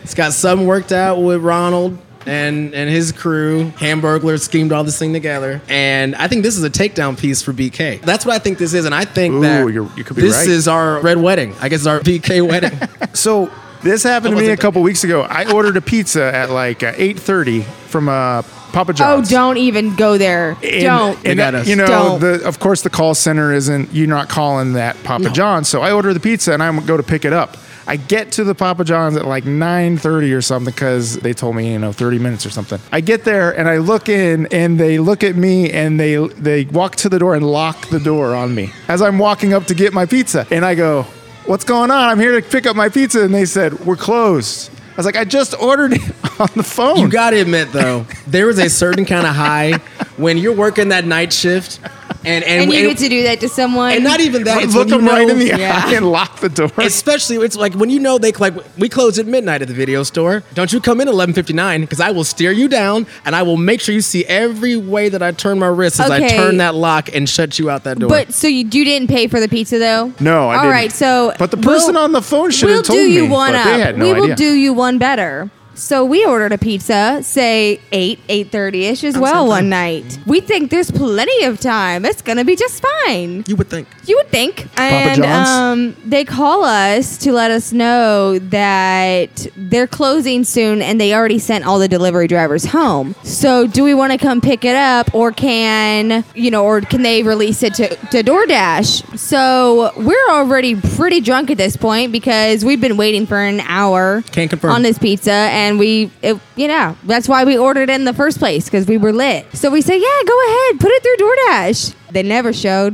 It's got something worked out with Ronald and and his crew. Hamburglar schemed all this thing together, and I think this is a takedown piece for BK. That's what I think this is, and I think that
Ooh, you're- you could be
this
right.
is our red wedding. I guess it's our BK wedding.
so this happened to me a couple weeks ago. I ordered a pizza at like uh, 8:30 from uh, Papa
Oh,
John's.
don't even go there.
And-
don't.
and, uh, you know,
Don't.
the, of course, the call center isn't. You're not calling that Papa John's. So I order the pizza and I go to pick it up. I get to the Papa John's at like 9:30 or something because they told me you know 30 minutes or something. I get there and I look in and they look at me and they they walk to the door and lock the door on me as I'm walking up to get my pizza and I go, "What's going on? I'm here to pick up my pizza." And they said, "We're closed." I was like, "I just ordered it on the phone."
You gotta admit though, there is a certain kind of high when you're working that night shift, and and,
and you
and-
get to do that to someone.
and not even that. it's
look
when
them
you
right
know-
in the eye and lock the door.
Especially, it's like when you know they like we close at midnight at the video store. Don't you come in at eleven fifty nine because I will steer you down and I will make sure you see every way that I turn my wrist as I
Okay.
turn that lock and shut you out that door.
But so you, you didn't pay for the pizza though?
No, I
All
didn't.
right, so
But the person on
the phone should
we'll
have told
do you
me,
one
but
up.
they had no
we will
idea.
do you one better. So we ordered a pizza, say eight eight thirty ish as well one night. We think there's plenty of time. It's gonna be just fine.
You would think.
You would think. and
John's?
um, they call us to let us know that they're closing soon, and they already sent all the delivery drivers home. So do we want to come pick it up, or can you know, or can they release it to to DoorDash? So we're already pretty drunk at this point because we've been waiting for an hour.
Can't confirm.
on this pizza, and we, it, you know, that's why we ordered it in the first place because we were lit. So we said, yeah, go ahead, put it through DoorDash. They never showed.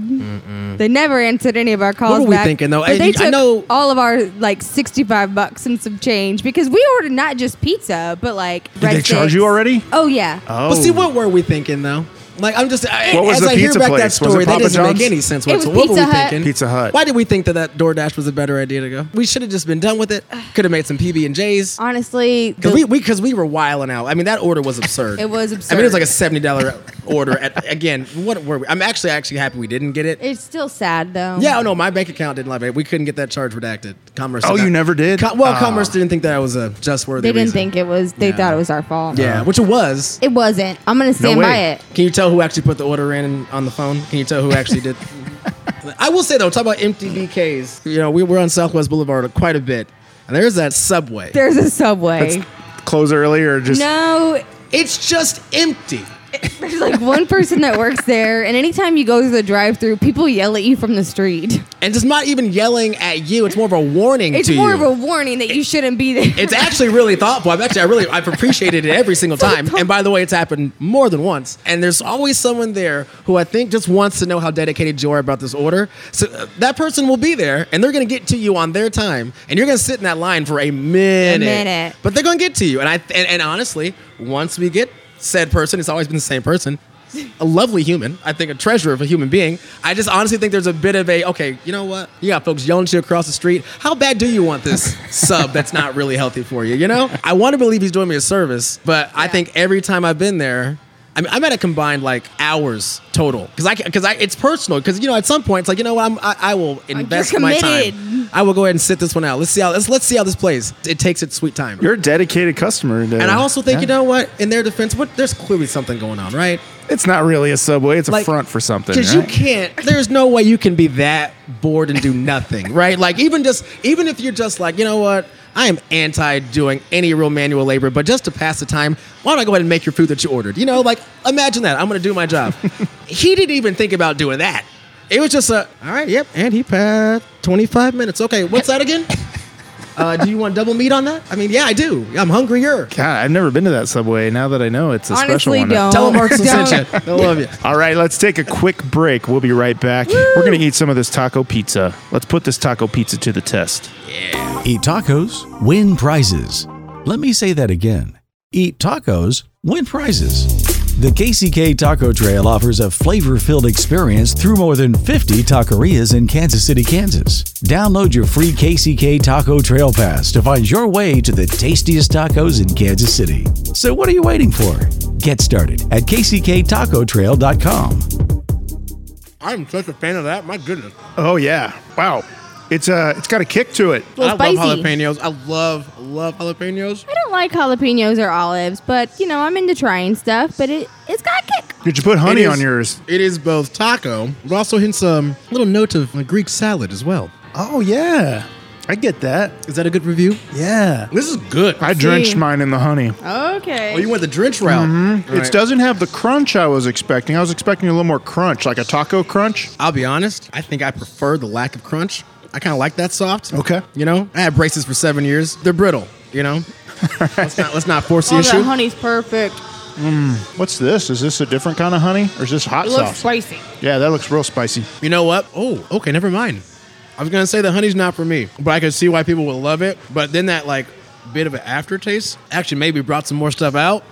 They never answered any of our calls.
were we
back,
thinking, though?
but
I-
they
I
took
know-
all of our like sixty-five bucks and some change because we ordered not just pizza but like.
Did they charge you already?
Oh yeah.
But see, what were we thinking though? Like I'm just I,
What was
as
the
I hear
pizza
back that
place? Was it
story, that
Papa
doesn't
John's?
make any sense
It was
whatsoever. What were we
Pizza Hut.
thinking?
Pizza Hut.
Why did we think that that DoorDash was a better idea to go? We should have just been done with it. Could have made some PB and J's.
Honestly,
Because
the-
we because we, were wiling out. I mean, that order was absurd.
It was
I mean, it was
absurd.
like a seventy dollar order. At, again, what were we? I'm actually actually happy we didn't get it.
it's still sad though.
Yeah, oh no, my bank account didn't love it. We couldn't get that charge redacted. Commerce.
Oh,
did
you
not-
never did?
Co- well,
Ah.
Commerce didn't think that I was a just worthy.
They didn't
reason.
think it was. They thought it was our fault.
Yeah, which it was.
It wasn't. I'm gonna stand by it.
Can you tell who actually put the order in on the phone? Can you tell who actually did? I will say though, talk about empty BKs. You know, we were on Southwest Boulevard quite a bit, and there's that subway.
There's a subway.
Close early or just
no,
it's just empty.
There's like one person that works there, and anytime you go to the drive-through, people yell at you from the street.
and it's not even yelling at you. It's more of a warning
It's
to
more
you.
of a warning that you shouldn't be there.
it's actually really thoughtful. I've actually, I really, I've appreciated it every single time. And by the way, it's happened more than once. And there's always someone there who I think just wants to know how dedicated you are about this order. So uh, that person will be there, and they're going to get to you on their time, and you're going to sit in that line for a minute.
minute.
But they're going to get to you. And I, and, and honestly, once we get said person, it's always been the same person. a lovely human. I think a treasure of a human being. I just honestly think there's a bit of a okay. You know what? You got folks yelling at you across the street. How bad do you want this sub that's not really healthy for you? You know, I want to believe he's doing me a service, but I think every time I've been there, I mean, I'm at a combined like hours total because I because I it's personal because you know at some point it's like you know what I'm I, I will invest my time.
committed.
I will go ahead and sit this one out. Let's see how let's let's see how this plays. It takes its sweet time.
You're a dedicated customer. to-
And I also think
Yeah.
you know what in their defense, what there's clearly something going on, right?
It's not really a subway. It's a
Like,
front for something.
Because you
right?
can't. There's no way you can be that bored and do nothing, right? Like even just even if you're just like you know what. I am anti doing any real manual labor, but just to pass the time, why don't I go ahead and make your food that you ordered? You know, like imagine that. I'm going to do my job. he didn't even think about doing that. It was just a, all right, yep, and he passed 25 minutes. Okay, what's that again? uh, do you want double meat on that? I mean, yeah, I do. I'm hungrier.
God, I've never been to that subway. Now that I know, it's a special
Honestly,
one.
don't. Tell 'em Marcus sent you. They'll love you.
All right, let's take a quick break. We'll be right back. We're gonna eat some of this taco pizza. Let's put this taco pizza to the test.
Eat tacos, win prizes. Let me say that again. Eat tacos, win prizes. The KCK Taco Trail offers a flavor filled experience through more than 50 taquerias in Kansas City, Kansas. Download your free KCK Taco Trail Pass to find your way to the tastiest tacos in Kansas City. So, what are you waiting for? Get started at kcktacotrail.com.
I'm such a fan of that. My goodness.
Oh yeah! Wow, it's uh, it's got a kick to it.
Well,
I
spicy.
love jalapenos. I love love jalapenos.
I don't like jalapenos or olives, but you know I'm into trying stuff. But it it's got kick.
Did you put honey
It is-
on yours?
It is both taco, but also hints a um, little note of a Greek salad as well.
Oh yeah, I get that.
Is that a good review?
Yeah,
this is good.
I drenched mine in the honey.
Okay.
Oh, you went the drench route.
Mhm.
All
It
right.
doesn't have the crunch I was expecting. I was expecting a little more crunch, like a taco crunch.
I'll be honest. I think I prefer the lack of crunch. I kind of like that soft.
Okay.
You know, I had braces for seven years. They're brittle. You know. let's not let's not force the
Oh,
issue.
that honey's perfect.
Mm, what's this? Is this a different kind of honey, or is this hot
it
sauce?
looks spicy.
yeah, that looks real spicy.
You know what? Oh, okay, never mind. I was gonna say the honey's not for me, but I could see why people would love it. But then that like bit of an aftertaste actually maybe brought some more stuff out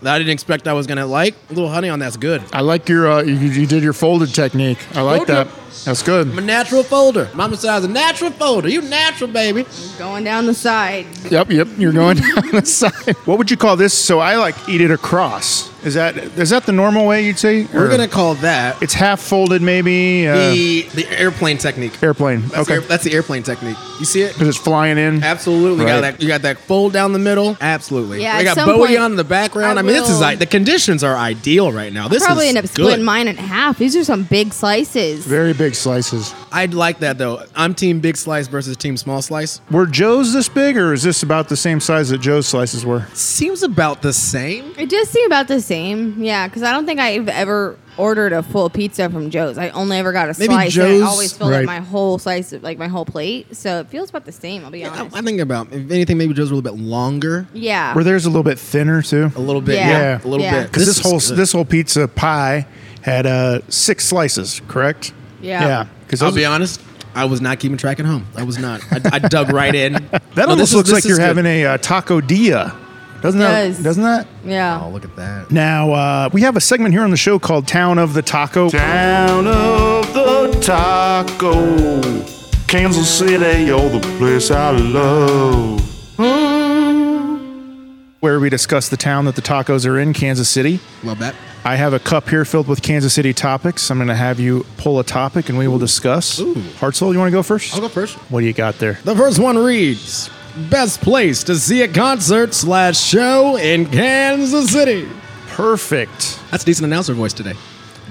that I didn't expect I was gonna like. A little honey on that's good.
I like your uh, you, you did your folded technique. I like
Folded.
that. That's good.
I'm a natural folder. Mama said I was a natural folder. You natural, baby.
Going down the side.
Yep, yep. You're going down the side. What would you call this? So I like eat it across. Is that is that the normal way you'd say?
We're gonna call that
it's half folded, maybe. Uh,
the the airplane technique.
airplane.
That's
okay,
the air- that's the airplane technique. You see it?
because it's flying in.
Absolutely. You got
Right.
that. You got that fold down the middle. Absolutely.
Yeah,
They
at
got
some
Bowie
point,
on in the background. I,
I
mean, this is
will-
like the conditions are ideal right now. This
I'll probably
is
end up
good.
splitting mine in half. These are some big slices.
Very big slices.
I'd like that though. I'm team big slice versus team small slice.
Were Joe's this big, or is this about the same size that Joe's slices were?
Seems about the same.
It does seem about the same. Yeah, because I don't think I've ever ordered a full pizza from Joe's. I only ever got a
Maybe
slice.
Joe's-
and I always filled
Right.
up my whole slice, of, like my whole plate. So it feels about the same. I'll be
I,
honest.
I think about if anything, maybe Joe's a little bit longer.
Yeah.
Were theirs a little bit thinner too?
A little bit, yeah. A little Yeah. bit.
Because
This
this, whole
is good.
this whole pizza pie had uh, six slices, correct?
Yeah.
Yeah.
Because I'll be honest, I was not keeping track at home. I was not. I, I dug right in.
That almost looks like you're having a uh, taco dia. Doesn't
Does.
that? Doesn't that?
Yeah.
Oh, look at that.
Now uh, we have a segment here on the show called Town of the Taco.
Town of the Taco. Kansas City, oh, the place I love.
where we discuss the town that the tacos are in, Kansas City.
Love that.
I have a cup here filled with Kansas City topics. I'm going to have you pull a topic and we will discuss. Hartzell, you want to go first? I'll
go first.
What do you got there?
The first one reads: Best place to see a concert slash show in Kansas City.
Perfect.
That's a decent announcer voice today.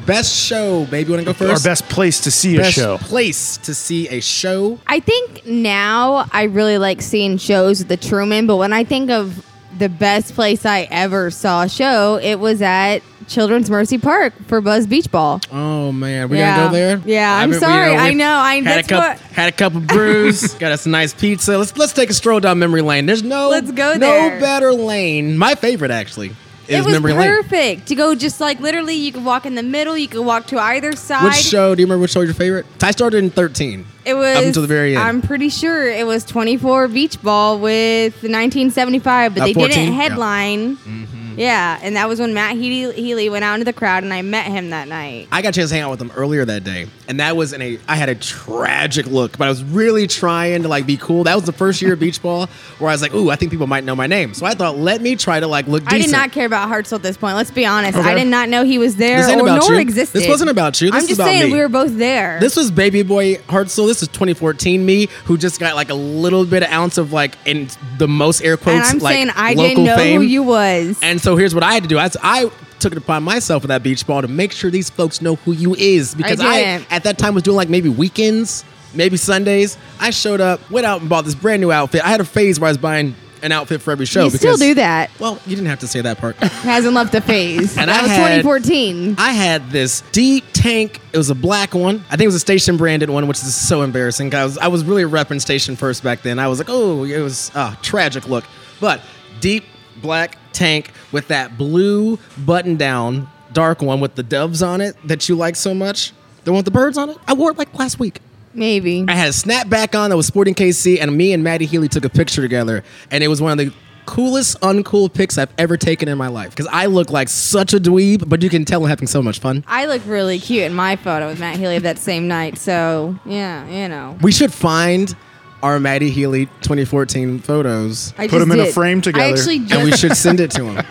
Best show, baby. Want to go first?
Our best place to see a
Best
show.
place to see a show.
I think now I really like seeing shows at the Truman, but when I think of the best place I ever saw a show, it was at Children's Mercy Park for Buzz Beach Ball.
Oh man, we
Yeah.
gonna go there?
Yeah, I'm
mean, we-
sorry. I
we've
know. I-
had
that's
a cup,
what-
had a cup of brews. got us a nice pizza. Let's let's take a stroll down memory lane. There's no let's
go
no
there.
better lane. My favorite actually is
it was
memory lane.
perfect to go just like literally you could walk in the middle, you could walk to either side.
Which show? Do you remember which show was your favorite? I started in 13.
It was
up until the very end.
I'm pretty sure it was 24 Beach Ball with 1975, but
Uh,
they
14,
didn't
yeah. Mm-hmm.
headline. Yeah, and that was when Matt Healy, Healy went out into the crowd, and I met him that night.
I got a chance to hang out with him earlier that day, and that was in a. I had a tragic look, but I was really trying to like be cool. That was the first year of beach ball where I was like, "Ooh, I think people might know my name." So I thought, let me try to like look.
I
Decent.
did not care about Hartzell at this point. Let's be honest.
Okay.
I did not know he was there
This ain't
or
about
nor
you.
existed.
This wasn't about you. This
I'm
is
just
about
saying
me.
we were both there.
This was baby boy Hartzell. This is 2014 me, who just got like a little bit of ounce of like in the most air quotes.
and I'm
like,
saying I
local
didn't know
fame.
who you was.
And so here's what I had to do. I, I took it upon myself with that beach ball to make sure these folks know who you is because I,
didn't.
at that time was doing like maybe weekends, maybe Sundays. I showed up, went out and bought this brand new outfit. I had a phase where I was buying an outfit for every show.
you still
because-
do that.
Well, you didn't have to say that part.
hasn't left the phase.
And
that
I
was
had-
2014.
I had this deep tank. It was a black one. I think it was a station branded one, which is so embarrassing. 'cause I was I was really repping station first back then. I was like, oh, it was a tragic look, but deep black tank with that blue button down dark one with the doves on it that you like so much. The one with the birds on it. I wore it like last week.
Maybe.
I had a snapback on that was sporting KC, and me and Maddie Healy took a picture together, and it was one of the coolest uncool pics I've ever taken in my life because I look like such a dweeb, but you can tell I'm having so much fun.
I look really cute in my photo with Matt Healy of that same night. So yeah, you know.
We should find our Maddie Healy 2014 photos,
I Put just 'em in a did. frame I together. actually
and we
just-
should send it to him.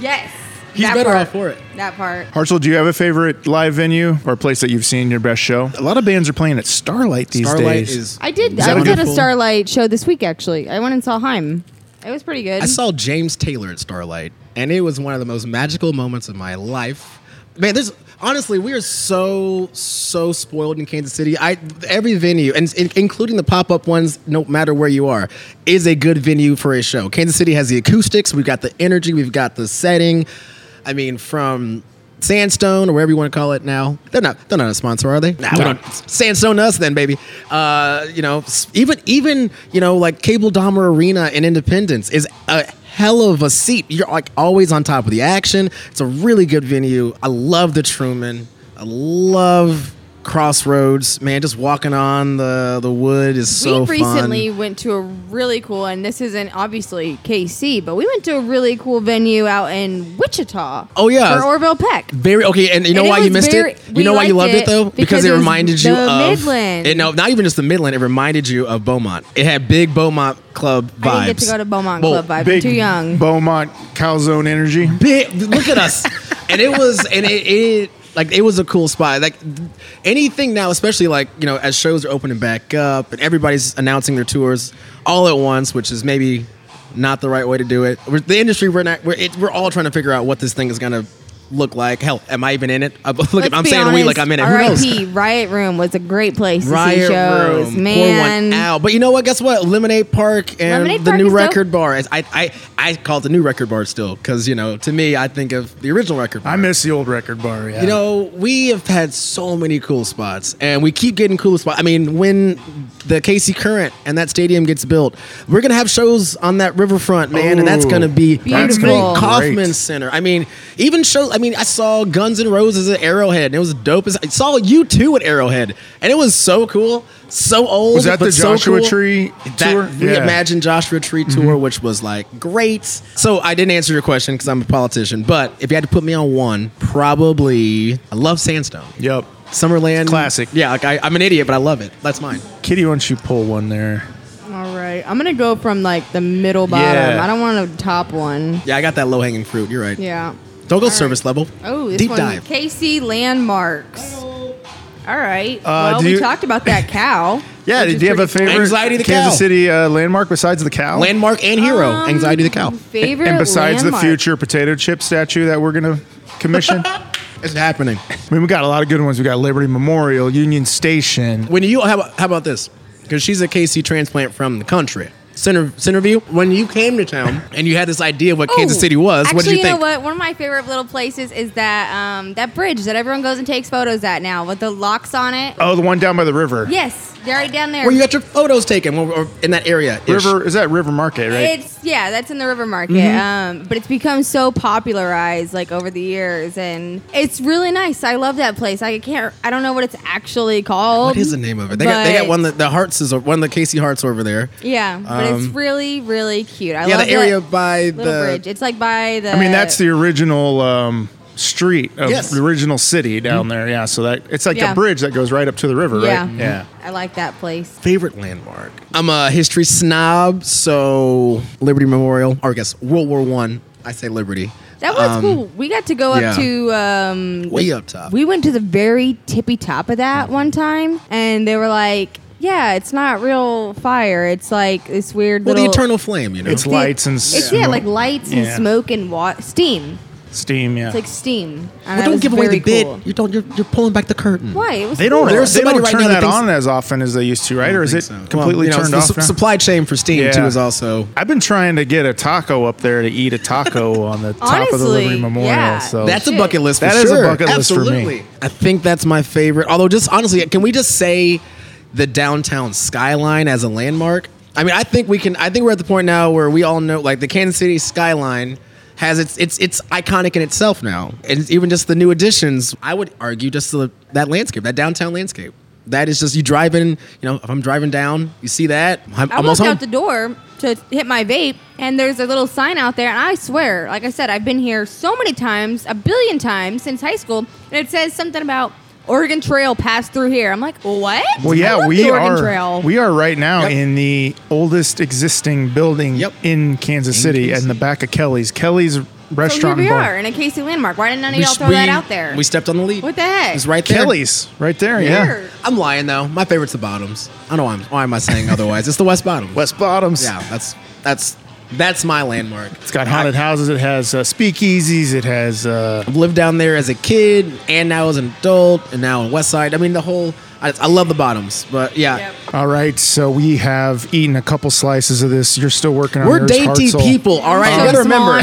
Yes.
He's
that
better
part.
off for it.
That part.
Hartzell, do you have a favorite live venue or place that you've seen your best show? A lot of bands are playing at Starlight these
Starlight
days.
is.
I did.
Is
I
that
was
a
at a
good-
Starlight show this week. Actually, I went and saw Heim. It was pretty good.
I saw James Taylor at Starlight, and it was one of the most magical moments of my life. Man, there's honestly, we are so so spoiled in Kansas City. I every venue, and in- including the pop up ones, no matter where you are, is a good venue for a show. Kansas City has the acoustics, we've got the energy, we've got the setting. I mean, from Sandstone or wherever you want to call it now. They're not. They're not a sponsor, are they? Nah, we don't. Sandstone us then, baby. Uh, you know, s- even even you know like Cable Dahmer Arena in Independence is a hell of a seat. You're like always on top of the action. It's a really good venue. I love the Truman. I love Crossroads. Man, just walking on the the wood is so
we recently
fun.
went to a really cool, and this isn't obviously KC, but we went to a really cool venue out in Wichita.
Oh, yeah.
for Orville Peck.
Very okay, and you know
And it
why
was
you missed
very-
it.
we
You know why you
liked
loved it, though,
it because
it,
it was
reminded you
the
of
Midland.
It, no, not even just the Midland. It reminded you of Beaumont. It had big Beaumont club vibes.
I didn't get to go to Beaumont
Well,
Club vibe. I'm
big
too young.
Beaumont Calzone Energy.
Big, look at us, and it was, and it, it like it was a cool spot. Like th- anything now, especially like you know as shows are opening back up and everybody's announcing their tours all at once, which is maybe not the right way to do it. We're, the industry we're not, we're, it, we're all trying to figure out what this thing is gonna. Look like hell. Am I even in it? I, look,
Let's
I'm
be
saying we
honest,
like I'm in it. Who knows?
R.I.P. Riot Room was a great place to
Riot
see shows.
Room. Pour
Man,
one out. But you know what? Guess what? Lemonade Park and
Lemonade
the
Park
new
is dope.
record bar. I, I I call it the new record bar still because you know to me I think of the original record. bar.
I miss the old record bar. Yeah.
You know we have had so many cool spots and we keep getting cooler spots. I mean when the KC Current and that stadium gets built, we're gonna have shows on that riverfront man, and that's
Ooh,
gonna be
that's
great.
gonna be
Kaufman
great.
Center. I mean even shows. I mean I saw Guns N' Roses at Arrowhead and it was dope. As, I saw you too at Arrowhead and it was so cool. So old
Was that
but
the
so
Joshua
cool.
Tree tour?
That reimagined Joshua Tree tour, which was like great. So I didn't answer your question because I'm a politician, but if you had to put me on one, probably I love Sandstone.
Yep.
Summerland
Classic.
Yeah, like I, I'm an idiot, but I love it. That's mine.
Kitty, why don't you pull one there?
all right. I'm gonna go from like the middle bottom.
Yeah.
I don't want to top one.
Yeah, I got that low hanging fruit. You're right.
Yeah.
Don't go service level.
Oh, this
deep
one,
dive.
KC landmarks. All right.
Uh,
well,
do
we
you-
talked about that cow.
Yeah,
which
do
is
you have a
pretty-
favorite
Anxiety the
Kansas
Cow.
City uh, landmark besides the cow?
Landmark and hero.
Um,
Anxiety the cow.
favorite
and besides
landmark.
the future potato chip statue that we're going to commission? I
It's happening.
mean, we got a lot of good ones. We got Liberty Memorial, Union Station.
When you how about, how about this? Because she's a KC transplant from the country. Center Centerview. When you came to town and you had this idea of what Kansas
Ooh.
City was,
Oh, Actually,
what did you,
know
think?
what? One of my favorite little places is that um, that bridge that everyone goes and takes photos at now with the locks on it.
Oh, the one down by the river.
Yes. They're already down there.
Oh. Where you got your photos taken or, or in that area?
River is that River Market, right?
It's yeah, that's in the river market.
Mm-hmm.
Mhm.
Um, but it's become so popularized like over the years, and it's really nice. I love that place. I can't. I don't know what it's actually called.
What is the name of it? They got they got one that the Hearts is one of the Casey Hearts over there.
Yeah, but it's
Um,
really really cute. I
yeah,
love
the area
that
by
little
the-
bridge. It's like by the.
I mean, that's the original um, street of
Yes. Mm-hmm.
the original city down there. Yeah, so that it's like
Yeah.
a bridge that goes right up to the river,
yeah.
right? Yeah.
I like that place.
Favorite landmark. I'm a history snob, so Liberty Memorial, or I guess World War One. I, say Liberty.
That was
Um,
cool. We got to go up
yeah.
to um,
Way up top.
We went to the very tippy top of that one time, and they were like, "Yeah, it's not real fire. It's like this weird
well, the
little
eternal flame. You know,
It's lights and
It's yeah, like lights and
Yeah.
smoke and wa- steam.
steam. Yeah.
It's like steam. And
Well,
that
don't
was
give away the
very
bid.
cool.
You don't. You're, you're pulling back the curtain.
Why? It was
They don't.
cool.
They
somebody
don't
right
turn
now that
that
thinks-
on as often as they used to, right? Or is it completely
Well, you know,
turned
the
off?
su-
now?
supply chain for steam too is also.
I've been trying to get a taco up there to eat a taco on the top of the
Honestly,
Liberty Memorial.
yeah.
So
that's a bucket list. For
That is
sure.
a bucket list for
Absolutely.
me.
I think that's my favorite. Although, just honestly, can we just say the downtown skyline as a landmark? I mean, I think we can. I think we're at the point now where we all know, like the Kansas City skyline has its it's it's iconic in itself now, and even just the new additions. I would argue just the, that landscape, that downtown landscape. That is just you driving. You know, if I'm driving down, you see that. I'm,
I
I'm
walked
almost home.
out the door to hit my vape, and there's a little sign out there. And I swear, like I said, I've been here so many times, a billion times since high school, and it says something about Oregon Trail passed through here. I'm like, what?
Well,
I
yeah,
love
we
the Oregon
are.
Trail.
We are right now in the oldest existing building in Kansas City, in the back of Kelly's. Kelly's
so here
restaurant.
we
and bar.
are in a Casey landmark. Why didn't none of y'all
s-
throw that out there?
We stepped on the lead.
what the heck?
It's right there.
Kelly's, right there.
yeah. Here.
I'm lying though. My favorite's the Bottoms. I don't know why, I'm, why am I saying otherwise. It's the West Bottoms.
West Bottoms.
Yeah, that's that's that's my landmark.
It's got haunted houses. It has uh, speakeasies. It has. Uh,
I've lived down there as a kid, and now as an adult, and now in West Side. I mean, the whole. I, I love the Bottoms, but yeah,
all right, so we have eaten a couple slices of this. You're still working on.
we're
yours,
dainty
Hartzell.
people. All right,
so
you gotta remember.
small,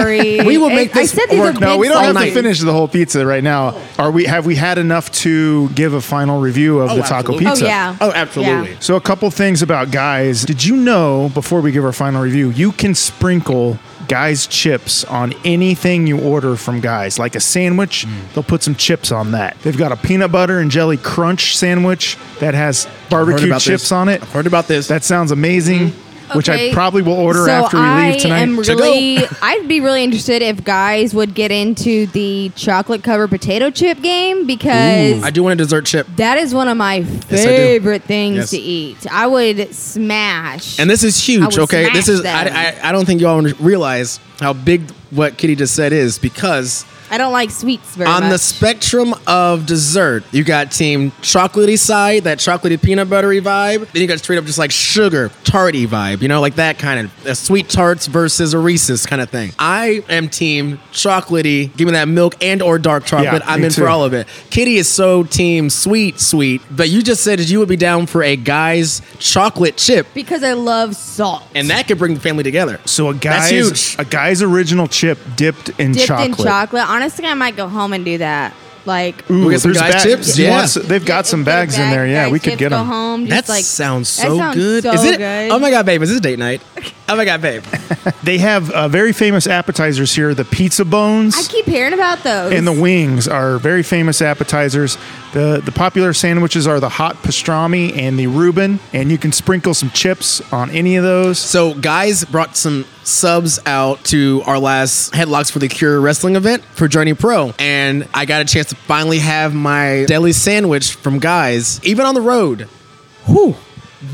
sorry.
we will
I-
make
I
this
said these are
work.
No, we don't
all
have
night.
to finish the whole pizza right now. Are we? Have we had enough to give a final review of
Oh,
the taco
absolutely.
pizza?
Oh, yeah.
Oh, absolutely.
So a couple things about guys. Did you know before we give our final review, you can sprinkle guys chips on anything you order from guys. Like a sandwich,
Mm.
they'll put some chips on that. They've got a peanut butter and jelly crunch sandwich that has barbecue
about
chips
this.
on it.
heard about Mm-hmm. this.
That sounds amazing. Which I
Okay,
probably will order
so
after we
I
leave tonight.
Am
To go.
really, I'd be really interested if guys would get into the chocolate covered potato chip game because
Ooh, I do want a dessert chip,
that is one of my
Yes, I do.
favorite things
Yes.
to eat. I would smash.
and this is
I
huge.
would
Okay,
smash
this is.
them.
I, I I don't think y'all under- realize how big what Kitty just said is because.
I don't like sweets very
on the
much.
spectrum of dessert, you got team chocolatey side, that chocolatey peanut buttery vibe. Then you got straight up just like sugar tarty vibe, you know, like that kind of a sweet tarts versus a Reese's kind of thing. I am team chocolatey. Give me that milk and or dark chocolate.
Yeah,
I'm
me
in
too.
for all of it. Kitty is so team sweet, sweet. But you just said that you would be down for a guy's chocolate chip,
because I love salt.
and that could bring the family together.
So a
That's
guy's
huge.
a guy's original chip dipped in
Dipped
chocolate.
in chocolate. Honestly, I might go home and do that. Like
Ooh,
We got some
there's
guys'
bag-
chips?
you want
Yeah.
s- they've got some bags in
bag,
there. Yeah,
guys'
we could
chips,
get
go
them.
home, just
That
like-
sounds
that
so
sounds
good.
so
is it?
good.
Oh my god, babe, is this date night? Oh my god, babe.
They have uh, very famous appetizers here. The pizza
I
bones
keep hearing about those.
and the wings are very famous appetizers. The the popular sandwiches are the hot pastrami and the Reuben, and you can sprinkle some chips on any of those.
So, guys brought some subs out to our last Headlocks for the Cure wrestling event for Journey Pro. And I got a chance to finally have my deli sandwich from guys, even on the road. Whew.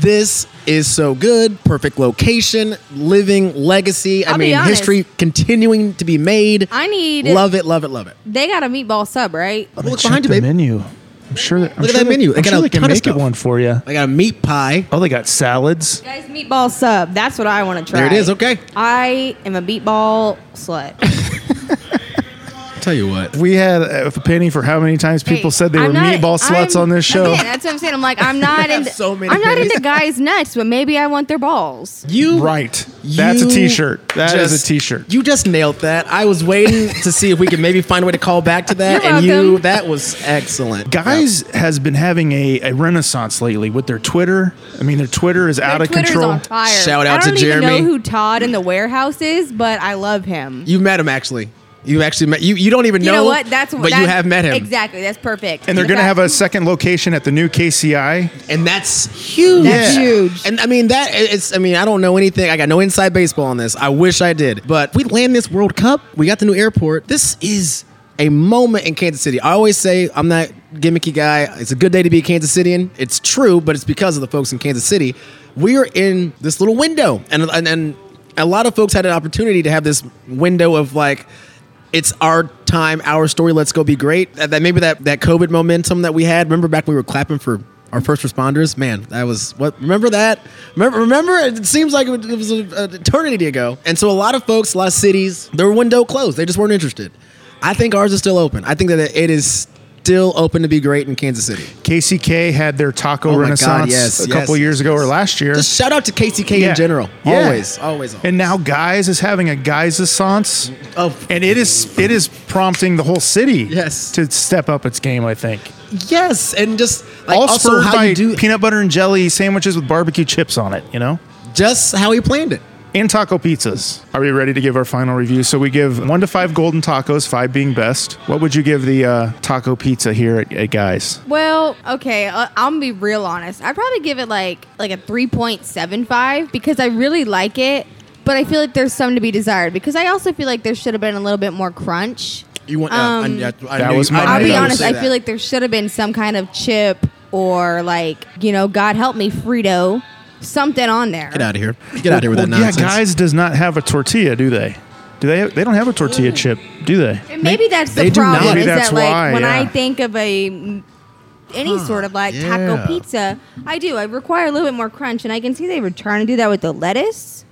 This is so good. Perfect location, living legacy. I
I'll be
mean,
honest.
history continuing to be made.
I need-
Love it, love it, love it.
they got a meatball sub, right?
Well, look behind you, babe.
menu. I'm sure that. I'm
Look at
sure
that
they-
menu. They
I'm
got
sure
a
they can
ton of
make it
stuff.
one for you.
I got a meat pie.
Oh, they got salads.
Guys, meatball sub. That's what I want to try.
There it is. Okay.
I am a meatball slut.
tell you what.
We had a penny for how many times people said they were
I'm not-
meatball sluts
I'm-
on this show.
Again, that's what I'm saying. I'm like, I'm not into.
so many
I'm not
pennies.
into guys' nuts, but maybe I want their balls.
You
right. That's a T-shirt. That is a T-shirt.
You just nailed that. I was waiting to see if we could maybe find a way to call back to that,
You're
and you
welcome.
that was excellent.
Guys has been having a, a renaissance lately with their Twitter. I mean, their Twitter is out of
Twitter's
control.
on fire. I don't even know who Todd in the warehouse is, but I love him.
You met him actually. You actually met you. You don't even
You
know,
know what? That's
but
that-
you have met him.
Exactly. That's perfect.
And they're going to have a second location at the new KCI.
and that's huge.
That's Yeah.
huge. And I mean that it's I mean I don't know anything. I got no inside baseball on this. I wish I did. But we land this World Cup. We got the new airport. This is a moment in Kansas City. I always say I'm not gimmicky guy. It's a good day to be a Kansas Cityan. It's true, but it's because of the folks in Kansas City. We are in this little window and and, and a lot of folks had an opportunity to have this window of like it's our time, our story. Let's go be great. Uh, That, that maybe that that COVID momentum that we had. Remember back when we were clapping for our first responders. Man, that was what. Remember that. Remember, remember. It seems like it was, it was an eternity ago. And so a lot of folks, a lot of cities, their window closed. They just weren't interested. I think ours is still open. I think that it is still open to be great in Kansas City.
KCK had their taco
Oh my God,
renaissance
yes,
a couple
yes,
years ago or last year.
Just shout out to KCK
Yeah.
in general.
Yeah.
Always, always, always.
And now Guys is having a Guys Assance. And it is it is prompting the whole city yes. to step up its game, I think.
Yes, and just like,
All
also
spurred
how
by
you do
peanut butter and jelly sandwiches with barbecue chips on it, you know?
Just how he planned it.
And taco pizzas. Are we ready to give our final review? So we give one to five golden tacos, five being best. What would you give the uh, taco pizza here at, at Guys?
Well, okay, uh, I'm gonna be real honest. I'd probably give it like like a 3.75 because I really like it, but I feel like there's some to be desired because I also feel like there should have been a little bit more crunch.
You went.
Um,
yeah, I, I, I
That
knew
was
you- I
my
knew
I'll be
you would
honest,
say
I
that.
feel like there should have been some kind of chip or like, you know, God help me Frito, something on there.
Get out of here. Get out of here with that
Well,
nonsense.
Yeah, Guys does not have a tortilla, do they? Do they? They don't have a
Mm.
tortilla chip, do they?
And maybe that's the
They do not.
problem.
Maybe
is
that's
that like
why,
when I
yeah.
think of a any sort of like
yeah.
taco pizza, I do. I require a little bit more crunch, and I can see they were trying to do that with the lettuce,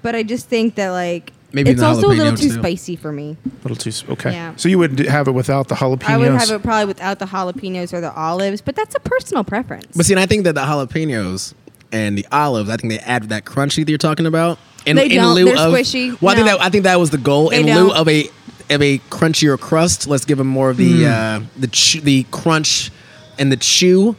but I just think that like
Maybe
it's
the
also a little
jalapeno,
too
too.
spicy for me.
A little too. s- Okay.
Yeah.
So you would d- have it without the jalapenos.
I would have it probably without the jalapenos or the olives, but that's a personal preference.
But see, and I think that the jalapenos and the olives, I think they add that crunchy that you're talking about. In,
They
in
don't.
lieu
They're
of,
squishy.
Well, I think
No.
that I think that was the goal.
They
in lieu
don't.
of a of a crunchier crust, let's give them more of the uh, the ch- the crunch and the chew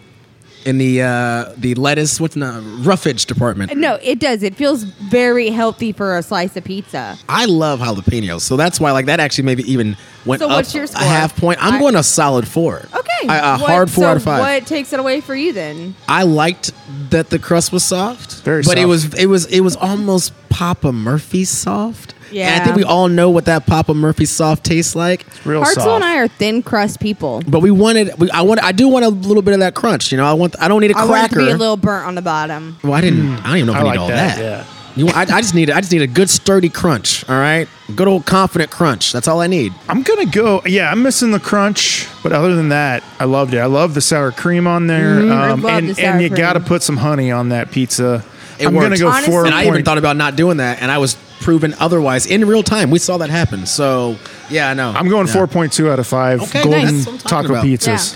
in the uh, the lettuce. What's in the roughage department?
No, it does. It feels very healthy for a slice of pizza.
I love jalapenos, so that's why like that actually maybe even went
So
up
what's your score?
a half point. I'm
I-
going a solid four.
Okay,
I- a
uh,
what-
hard four
so
out of five.
What takes it away for you then?
I liked that the crust was soft,
Very
but it
soft.
was it was it was almost Papa Murphy soft. and I
Yeah.
think we all know what that Papa Murphy soft tastes like.
real
Hartzell and I are thin crust people.
but we wanted, we, I want, I do want a little bit of that crunch. You know, I want, I don't need a
I want it to
cracker.
be a little burnt on the bottom.
well, I didn't, I don't even know if I,
I
need
like
all
that,
that.
yeah.
You, want- I, I just need, I just need a good sturdy crunch. All right, good old confident crunch. That's all I need.
I'm gonna go. Yeah, I'm missing the crunch, but other than that, I loved it. I love the sour cream on there, um,
Mhm. I love
and
the sour
and you
cream.
gotta put some honey on that pizza.
It
I'm gonna
worked.
go four.
And I even
point-
thought about not doing that, and I was proven otherwise in real time. We saw that happen. So yeah, I know.
I'm going
Yeah.
four point two out of five
Okay,
golden
nice. That's what I'm talking
taco
about.
pizzas.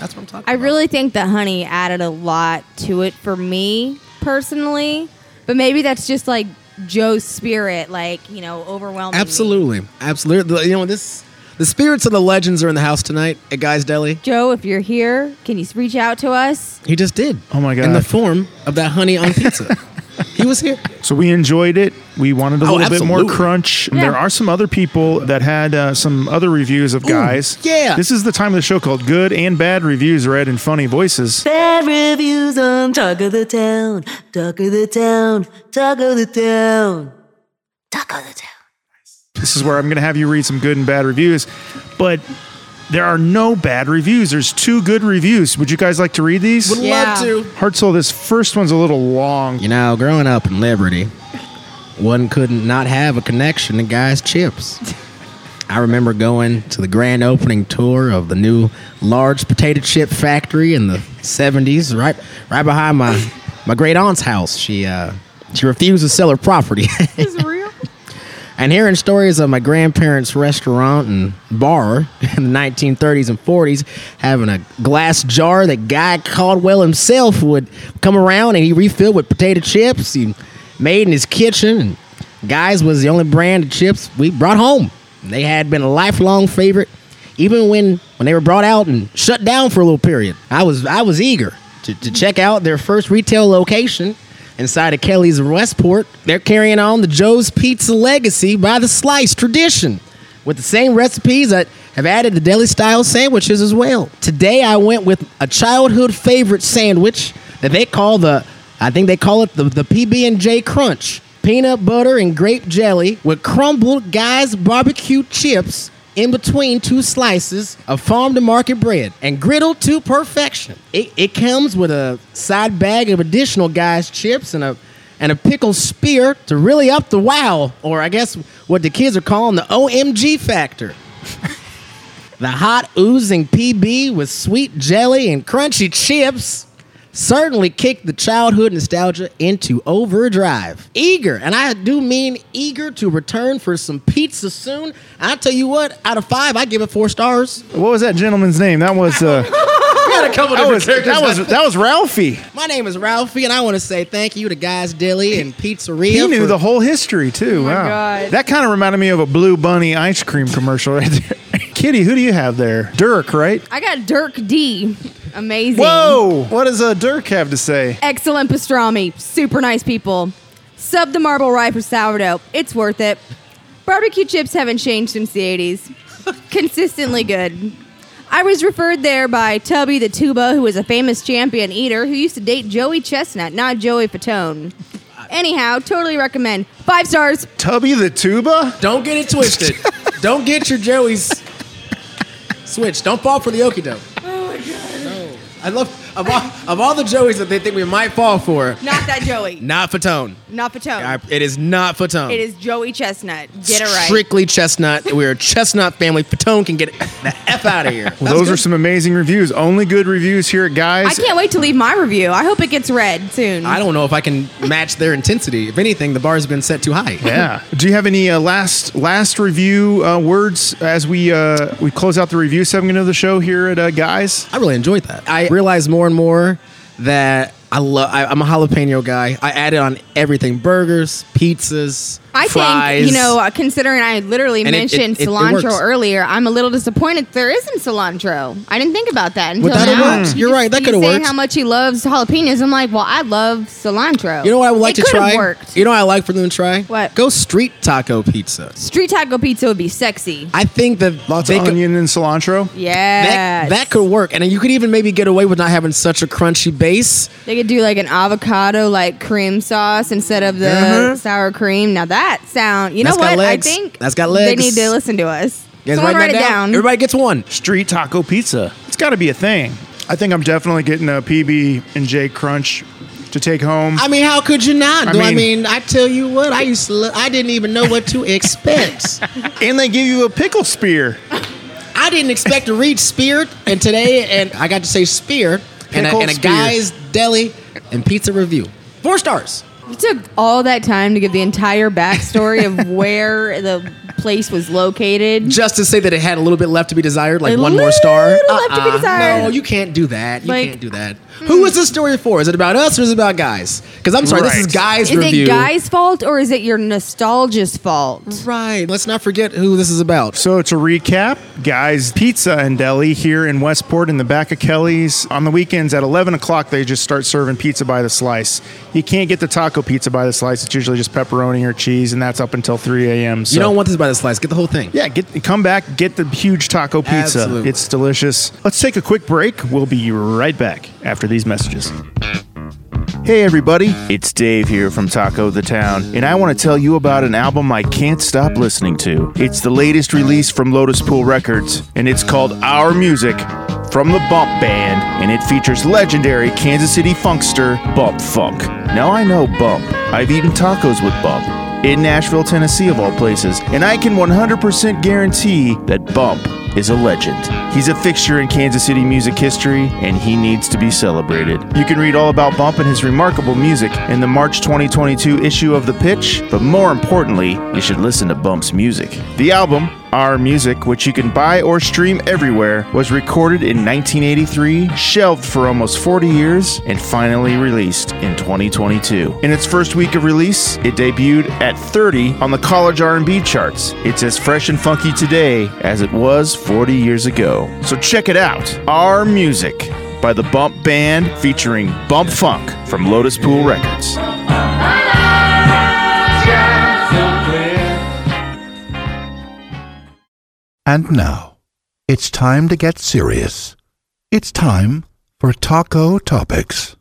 That's what I'm talking.
I really think that honey added a lot to it for me personally, but maybe that's just like Joe's spirit, like you know, overwhelming. me.
Absolutely, absolutely. The- You know this. The spirits of the legends are in the house tonight at Guy's Deli.
Joe, if you're here, can you reach out to us?
He just did.
Oh my
In the
God.
form of that honey on pizza. he was here.
So we enjoyed it. We wanted a
Oh,
little bit more
absolutely.
crunch.
Yeah.
There are some other people that had uh, some other reviews of guys.
yeah.
This is the time of the show called Good and Bad Reviews Read in Funny Voices.
Bad reviews on Talk of the Town, Talk of the Town, Talk of the Town.
This is where I'm going to have you read some good and bad reviews. But there are no bad reviews. There's two good reviews. Would you guys like to read these?
Would love
Yeah.
to.
Hartzell, this first one's a little long.
You know, growing up in Liberty, one couldn't not have a connection to Guy's Chips. I remember going to the grand opening tour of the new large potato chip factory in the 70s, right right behind my, my great aunt's house. She uh, she refused to sell her property.
Is real?
and hearing stories of my grandparents' restaurant and bar in the 1930s and 40s having a glass jar that Guy Caldwell himself would come around and he refilled with potato chips he made in his kitchen. And Guy's was the only brand of chips we brought home. They had been a lifelong favorite, even when, when they were brought out and shut down for a little period. I was I was eager to, to check out their first retail location inside of Kelly's in Westport. They're carrying on the Joe's Pizza legacy by the slice tradition with the same recipes that have added the deli style sandwiches as well. Today I went with a childhood favorite sandwich that they call the I think they call it the, the PB and J Crunch. Peanut butter and grape jelly with crumbled guys barbecue chips in between two slices of farm to market bread and griddled to perfection. It, it comes with a side bag of additional guys chips and a and a pickle spear to really up the wow, or I guess what the kids are calling the OMG factor. the hot oozing PB with sweet jelly and crunchy chips certainly kicked the childhood nostalgia into overdrive. Eager, and I do mean eager to return for some pizza soon. I tell you what, out of five, I give it four stars.
What was that gentleman's name? That was uh,
We had a couple
that
different
was
characters.
that was that was Ralphie.
My name is Ralphie, and I want to say thank you to Guys Dilly and Pizzeria.
He knew
for- Oh
the whole history too. wow,
God.
that kind of reminded me of a Blue Bunny ice cream commercial right there. Kitty, who do you have there? Dirk, right?
I got Dirk D. Amazing.
Whoa! What does uh, Dirk have to say?
Excellent pastrami. Super nice people. Sub the marble rye for sourdough. It's worth it. Barbecue chips haven't changed since the 80s. Consistently good. I was referred there by Tubby the Tuba, who was a famous champion eater who used to date Joey Chestnut, not Joey Fatone. Anyhow, totally recommend. Five stars.
Tubby the tuba?
Don't get it twisted. Don't get your Joey's switch. Don't fall for the okie doke.
Oh my god.
I love of all, of all the Joeys that they think we might fall for.
Not that Joey.
Not Fatone.
Not Fatone.
I- It is not Fatone.
It is Joey Chestnut. Get it right.
Strictly chestnut. We're a chestnut family. Fatone can get the F out of here.
Well, those are some amazing reviews. Only good reviews here,
I
guys.
can't wait to leave my review. I hope it gets read soon.
I don't know if I can match their intensity. If anything, the bar's been set too high.
Yeah. Do you have any uh, last last review uh, words as we uh, we close out the review segment of the show here at uh, Guys?
I really enjoyed that. I realize more and more that I love. I, I'm a jalapeno guy. I add it on everything: burgers, pizzas,
I
fries.
think, you know, uh, considering I literally
And it- it-
mentioned
it- it
cilantro
works.
earlier, I'm a little disappointed there isn't cilantro. I didn't think about that until
But that'd
now.
have worked. You're
He's-
right, that
he's
could've
saying
worked.
how much he loves jalapenos. I'm like, well, I love cilantro.
You know what I would like
It
to
could've
try?
Worked.
You know what I like for them to try? What? Go street taco pizza.
Street taco pizza would be sexy.
I think that
lots
they
of
could-
onion and cilantro.
Yeah.
That, that could work. And you could even maybe get away with not having such a crunchy base.
They could do like an avocado like cream sauce instead of the
Uh-huh.
sour cream. Now that sound, you
That's
know
got
what?
legs.
I think
That's got
They
legs.
need to listen to us.
You guys
Someone
writing
write it
that
down.
Everybody gets one.
Street taco pizza. It's got to be a thing. I think I'm definitely getting a PB and J Crunch to take home.
I mean, how could you not?
I
though? I
mean-
mean, I tell you what, I used to. Lo- I didn't even know what to expect.
and they give you a pickle spear.
I didn't expect to read Spirit, and today, and I got to say Spirit, and a,
Pickled
and a
Spear.
guy's deli and pizza review. Four stars.
You took all that time to give the entire backstory of where the place was located.
Just to say that it had a little bit left to be desired, like
A
one more star. Uh-uh.
little left to be desired.
No, you can't do that. You
Like- hmm.
can't do that. Who is this story for? Is it about us or is it about guys? Because I'm sorry, this is
Right.
guys
Is
review.
it guys' fault or is it your nostalgia's fault?
Right. Let's not forget who this is about.
So to recap, guys, pizza and deli here in Westport in the back of Kelly's. On the weekends at 11 o'clock, they just start serving pizza by the slice. You can't get the taco pizza by the slice. It's usually just pepperoni or cheese, and that's up until 3 a.m. So
You don't want this by the slice. Get the whole thing.
yeah, get come back, get the huge taco pizza.
Absolutely.
It's delicious. Let's take a quick break. We'll be right back after these messages. Hey everybody, it's Dave here from Taco the Town, and I want to tell you about an album I can't stop listening to. It's the latest release from Lotus Pool Records, and it's called Our Music from the Bump Band, and it features legendary Kansas City funkster Bump Funk. Now I know Bump. I've eaten tacos with Bump in Nashville, Tennessee, of all places, and I can 100% guarantee that Bump is a legend. He's a fixture in Kansas City music history, and he needs to be celebrated. You can read all about Bump and his remarkable music in the March 2022 issue of The Pitch, but more importantly, you should listen to Bump's music. The album, our Music, which you can buy or stream everywhere, was recorded in 1983, shelved for almost 40 years, and finally released in 2022. In its first week of release, it debuted at 30 on the college R&B charts. It's as fresh and funky today as it was 40 years ago. So check it out. Our Music by the Bump Band featuring Bump Funk from Lotus Pool Records.
And now, it's time to get serious. It's time for Taco Topics.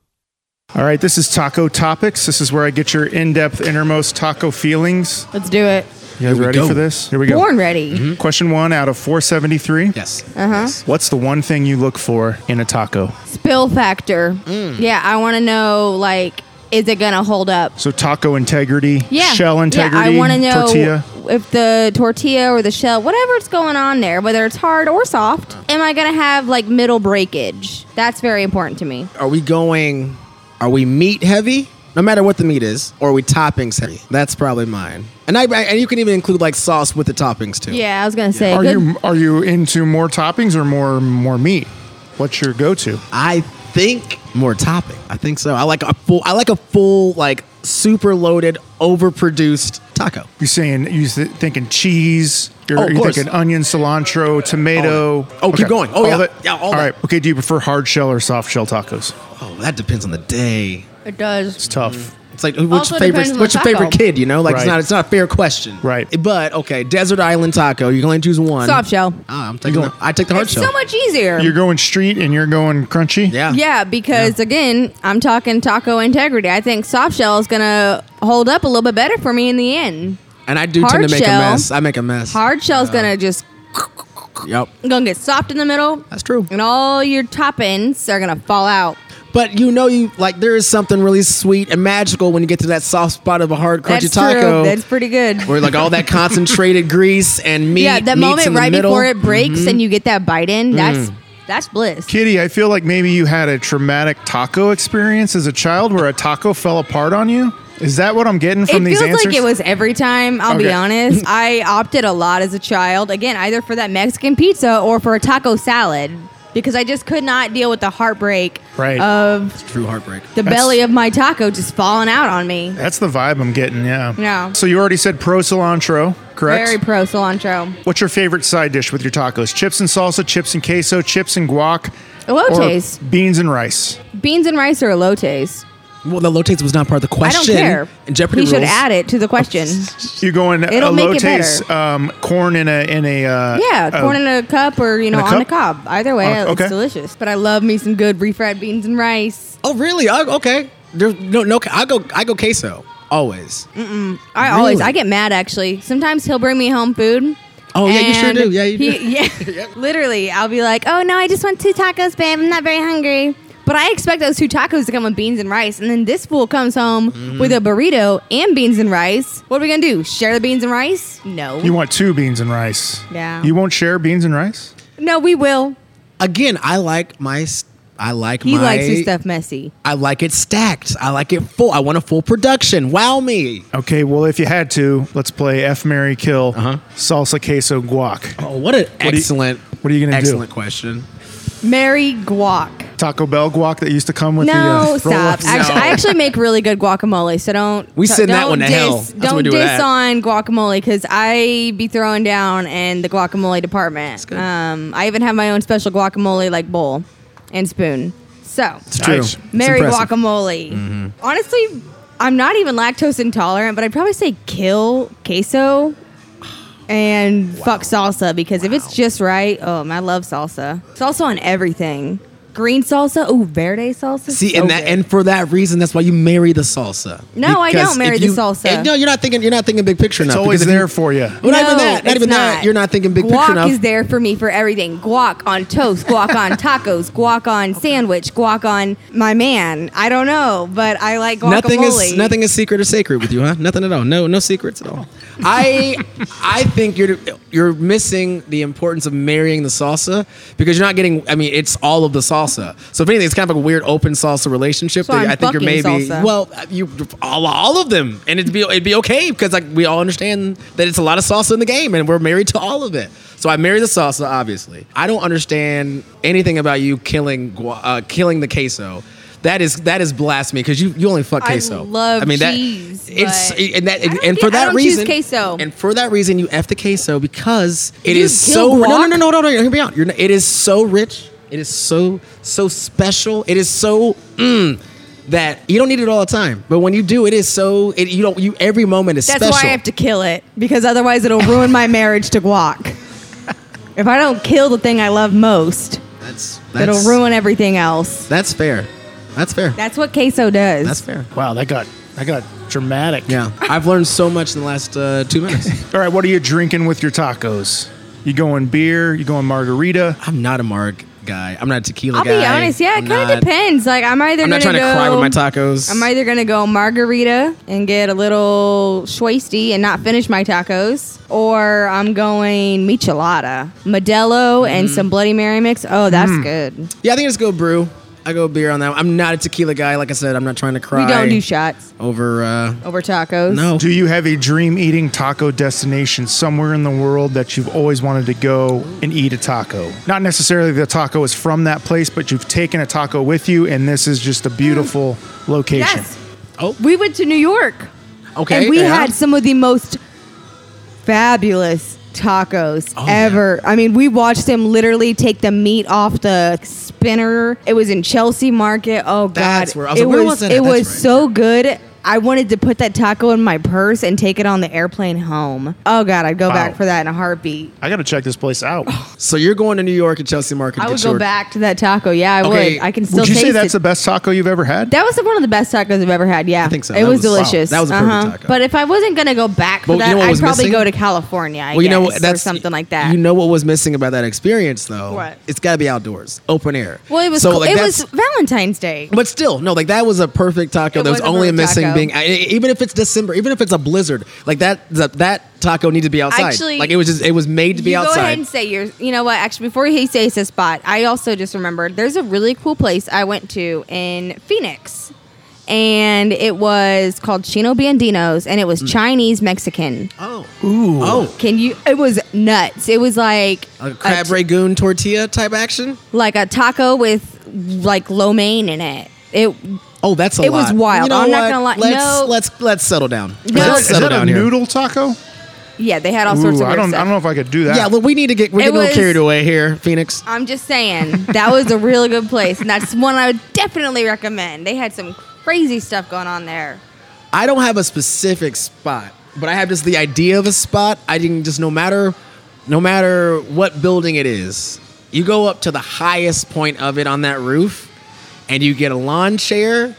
All right, this is Taco Topics. This is where I get your in-depth, innermost taco feelings.
Let's do it.
You guys
Here we
ready
go.
for this? Here we go.
Born ready.
Question one out of 473. Yes.
Uh huh.
What's the one thing you look for in a taco?
Spill factor.
Mm.
Yeah, I want to know like, is it gonna hold up?
So taco integrity,
Yeah.
shell integrity,
Yeah, I want to know
tortilla.
if the tortilla or the shell, whatever's going on there, whether it's hard or soft, am I going to have like middle breakage? That's very important to me.
Are we going? Are we meat heavy? No matter what the meat is, or are we toppings heavy? That's probably mine. And I, I and you can even include like sauce with the toppings too.
Yeah, I was going to say.
Are
good-
you are you into more toppings or more more meat? What's your go-to?
I think more topping. I think so. I like a full. I like a full like super loaded, overproduced taco.
You saying you th- thinking cheese? You're,
Oh, of
you're
course.
thinking onion, cilantro, tomato.
Oh, keep going. Oh,
All
yeah.
of it?
Yeah, all
all
that.
right. Okay. Do you prefer hard shell or soft shell tacos?
Oh, that depends on the day.
It does.
It's tough.
It's like who- which
Also depends
favorite?
on
What's
the
your
taco.
favorite kid? You know, like
Right.
it's not. It's not a fair question. Right. But okay, desert island taco. You can only choose one.
Soft shell.
Ah, I'm taking. The,
Mm-hmm.
I take the hard
It's
shell.
so much easier.
You're going street and you're going crunchy.
Yeah.
yeah, because again, I'm talking taco integrity. I think soft shell is going to hold up a little bit better for me in the end.
and I do
Hard
tend to make
shell.
a mess. I make a mess.
Hard shell's
Yeah.
going to just
Yep.
going to get soft in the middle.
That's true.
And all your toppings are going to fall out.
But you know, you like there is something really sweet and magical when you get to that soft spot of a hard crunchy
That's
taco.
true. That's pretty good.
where like all that concentrated grease and meat.
yeah, that
meats
moment
in the
right
middle. Mm-hmm.
before it breaks and you get that bite in, that's
Mm.
that's bliss.
Kitty, I feel like maybe you had a traumatic taco experience as a child where a taco fell apart on you. Is that what I'm getting
It
from
feels
these answers?
like it was every time, I'll be
Okay.
honest. I opted a lot as a child, again, either for that Mexican pizza or for a taco salad because I just could not deal with the heartbreak
Right.
of
It's true heartbreak.
the belly of my taco just falling out on me.
That's the vibe I'm getting, yeah.
Yeah.
So you already said pro cilantro, correct?
Very pro cilantro.
What's your favorite side dish with your tacos? Chips and salsa, chips and queso, chips and guac, or
Elotes.
beans and rice.
Beans and rice or elotes?
Well, the lotates was not part of the
I don't
question.
care.
And Jeopardy
he should
rules.
add it to the question.
You're going
It'll make it
elotes,
better.
um, corn in a in a uh,
Yeah, corn in a cup or you know
in a
on the
cup?
cob. Either way,
On a-
it's
okay.
delicious. But I love me some good refried beans and rice.
Oh really? I, okay. There's no no. I go I go queso always.
Mm-mm. I always
Really?
I get mad actually. Sometimes he'll bring me home food.
Oh, yeah, you sure
and
do. Yeah, you do.
he- yeah. Literally, I'll be like, "Oh no, I just want two tacos, babe. I'm not very hungry." But I expect those two tacos to come with beans and rice, and then this fool comes home
Mm-hmm.
with a burrito and beans and rice. What are we gonna do? Share the beans and rice? No.
You want two beans and rice.
Yeah.
You won't share beans and rice?
no, we will.
Again, I like my s- I like
He
my
likes his stuff messy.
I like it stacked. I like it full. I want a full production. Wow me.
Okay, well, if you had to, let's play F Mary Kill Salsa Queso Guac.
Oh, what an excellent.
what are you gonna do?
excellent question.
Mary guac.
Taco Bell guac that used to come with
no,
the uh,
stop.
roll-ups?
Actually, I actually make really good guacamole, so don't.
We
so
send that
don't
one to
diss,
hell. That's what
don't
we do with
diss
that.
on guacamole because I be throwing down in the guacamole department. Um, I even have my own special guacamole like bowl and spoon. So
It's true. Nice. It's
Mary
impressive.
guacamole.
Mm-hmm.
Honestly, I'm not even lactose intolerant, but I'd probably say kill queso. And fuck salsa because if it's just right, um, I love salsa. Salsa on everything. Green salsa, oh verde salsa.
See,
so
and that,
good.
and for that reason, that's why you marry the salsa.
No, I
Because
don't marry
if
the
you-
salsa.
and no, you're not thinking. You're not thinking big picture
It's
enough.
always
because if you-
there for you.
Well, not even
No,
that. Not
it's
even that.
not.
You're not thinking big picture
Guac
enough.
is there for me for everything. Guac on toast, guac on tacos, guac on sandwich, guac on my man. I don't know, but I like guacamole.
Nothing is nothing is secret or sacred with you, huh? Nothing at all. No, no secrets at all. I I think you're you're missing the importance of marrying the salsa because you're not getting. I mean, it's all of the salsa. So if anything, it's kind of like a weird open salsa relationship.
So
that
I'm
I think you're
fucking
maybe
salsa.
well, uh, you all, all of them, and it'd be it'd be okay because like we all understand that it's a lot of salsa in the game, and we're married to all of it. So I marry the salsa, obviously. I don't understand anything about you killing gua- uh, killing the queso. That is that is blasphemy because you, you only fuck
I
queso.
love
I mean
cheese,
that it's
but
and that and,
get-
for
I
that
don't choose
reason
queso.
and for that reason you f the queso because it
You
is
kill
so no no
guac?
no no no no hear me out. You're not, it is so rich. It is so so special. It is so mm, that you don't need it all the time, but when you do, it is so it, you don't you every moment is
That's
special.
why I have to kill it because otherwise it'll ruin my marriage to guac. If I don't kill the thing I love most,
that's,
it'll ruin everything else.
That's fair. That's fair.
That's what queso does.
That's fair.
Wow, that got that got dramatic.
Yeah, I've learned so much in the last uh, two minutes.
All right, what are you drinking with your tacos? You going beer? You going margarita?
I'm not a marg guy. I'm not a tequila
I'll be honest. Yeah, it kind of depends. Like I'm either
I'm
gonna
not trying to
go,
cry with my tacos.
I'm either gonna go margarita and get a little schwasty and not finish my tacos, or I'm going michelada, Modelo, and some Bloody Mary mix. Oh, that's
Mm.
good.
Yeah, I think I just go brew. I go beer on that. one. I'm not a tequila guy. Like I said, I'm not trying to cry.
We don't do shots
over. Uh,
over tacos.
Do you have a dream eating taco destination somewhere in the world that you've always wanted to go and eat a taco? Not necessarily the taco is from that place, but you've taken a taco with you, and this is just a beautiful location.
Yes. Oh. We went to New York.
Okay,
And we
uh-huh.
yeah.
had some of the most fabulous tacos
Oh,
ever. I mean, we watched them literally take the meat off the spinner. It was in Chelsea Market. Oh god.
That's where- I was like, where was it at?
it
That's
was
right.
so good. I wanted to put that taco in my purse and take it on the airplane home. Oh god, I'd go
Wow.
back for that in a heartbeat.
I got to check this place out.
so you're going to New York and Chelsea Market. to
I
get
would go
your-
back to that taco. Yeah, I
Okay,
would. I can still
Would you
taste
say that's
it.
the best taco you've ever had?
That was one of the best tacos I've ever had. Yeah, I
think so.
It
That
was,
was-
delicious. Uh-huh.
wow, that was a perfect taco.
But if I wasn't gonna go back
Well,
for
you
that,
know what
I'd
was
probably
missing?
go to California. I
Well, you know
guess,
what? That's-
or something like that.
You know what was missing about that experience though?
What?
It's got to be outdoors, open air.
well, it was
So
cool.
like
it
that's-
was Valentine's Day.
But still, no, like that was a perfect taco.
It
that was,
was a
only
perfect
missing
taco.
being I- e, even if it's December, even if it's a blizzard, like that that, that taco needed to be outside.
Actually,
like it was just it was made to be
you
outside.
Go ahead and say yours. You know what? Actually, before he says his spot, I also just remembered there's a really cool place I went to in Phoenix. And it was called Chino Bandinos, and it was
Mm.
Chinese Mexican.
Oh,
ooh,
oh,
can you? It was nuts. It was like
a crab ragoon tortilla type action.
like a taco with like lo mein in it. It
Oh, that's a
It was
lot.
wild.
You know
I'm
what?
not gonna lie.
Let's
no,
let's let's settle down. Let's
Is
No.
that- is
settle
that a
down here.
noodle taco?
yeah, they had all sorts
Ooh,
of.
I
weird
don't.
stuff.
I don't know if I could do that.
Yeah, well, we need to get we
It
get a little
was-
carried away here, Phoenix.
I'm just saying that was a really good place, and that's one I would definitely recommend. They had some crazy stuff going on there.
I don't have a specific spot, but I have just the idea of a spot. I can just no matter no matter what building it is, you go up to the highest point of it on that roof and you get a lawn chair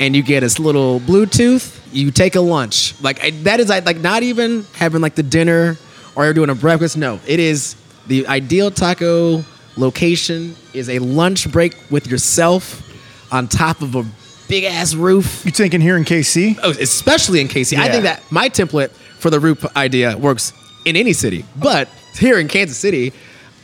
and you get a little Bluetooth, you take a lunch. Like I, that is like like, not even having like the dinner or you're doing a breakfast. No, it is the ideal taco location is a lunch break with yourself on top of a big ass roof.
You thinking here in KC?
Oh, especially in KC. I
Yeah.
think that my template for the roof idea works in any city, but here in Kansas City.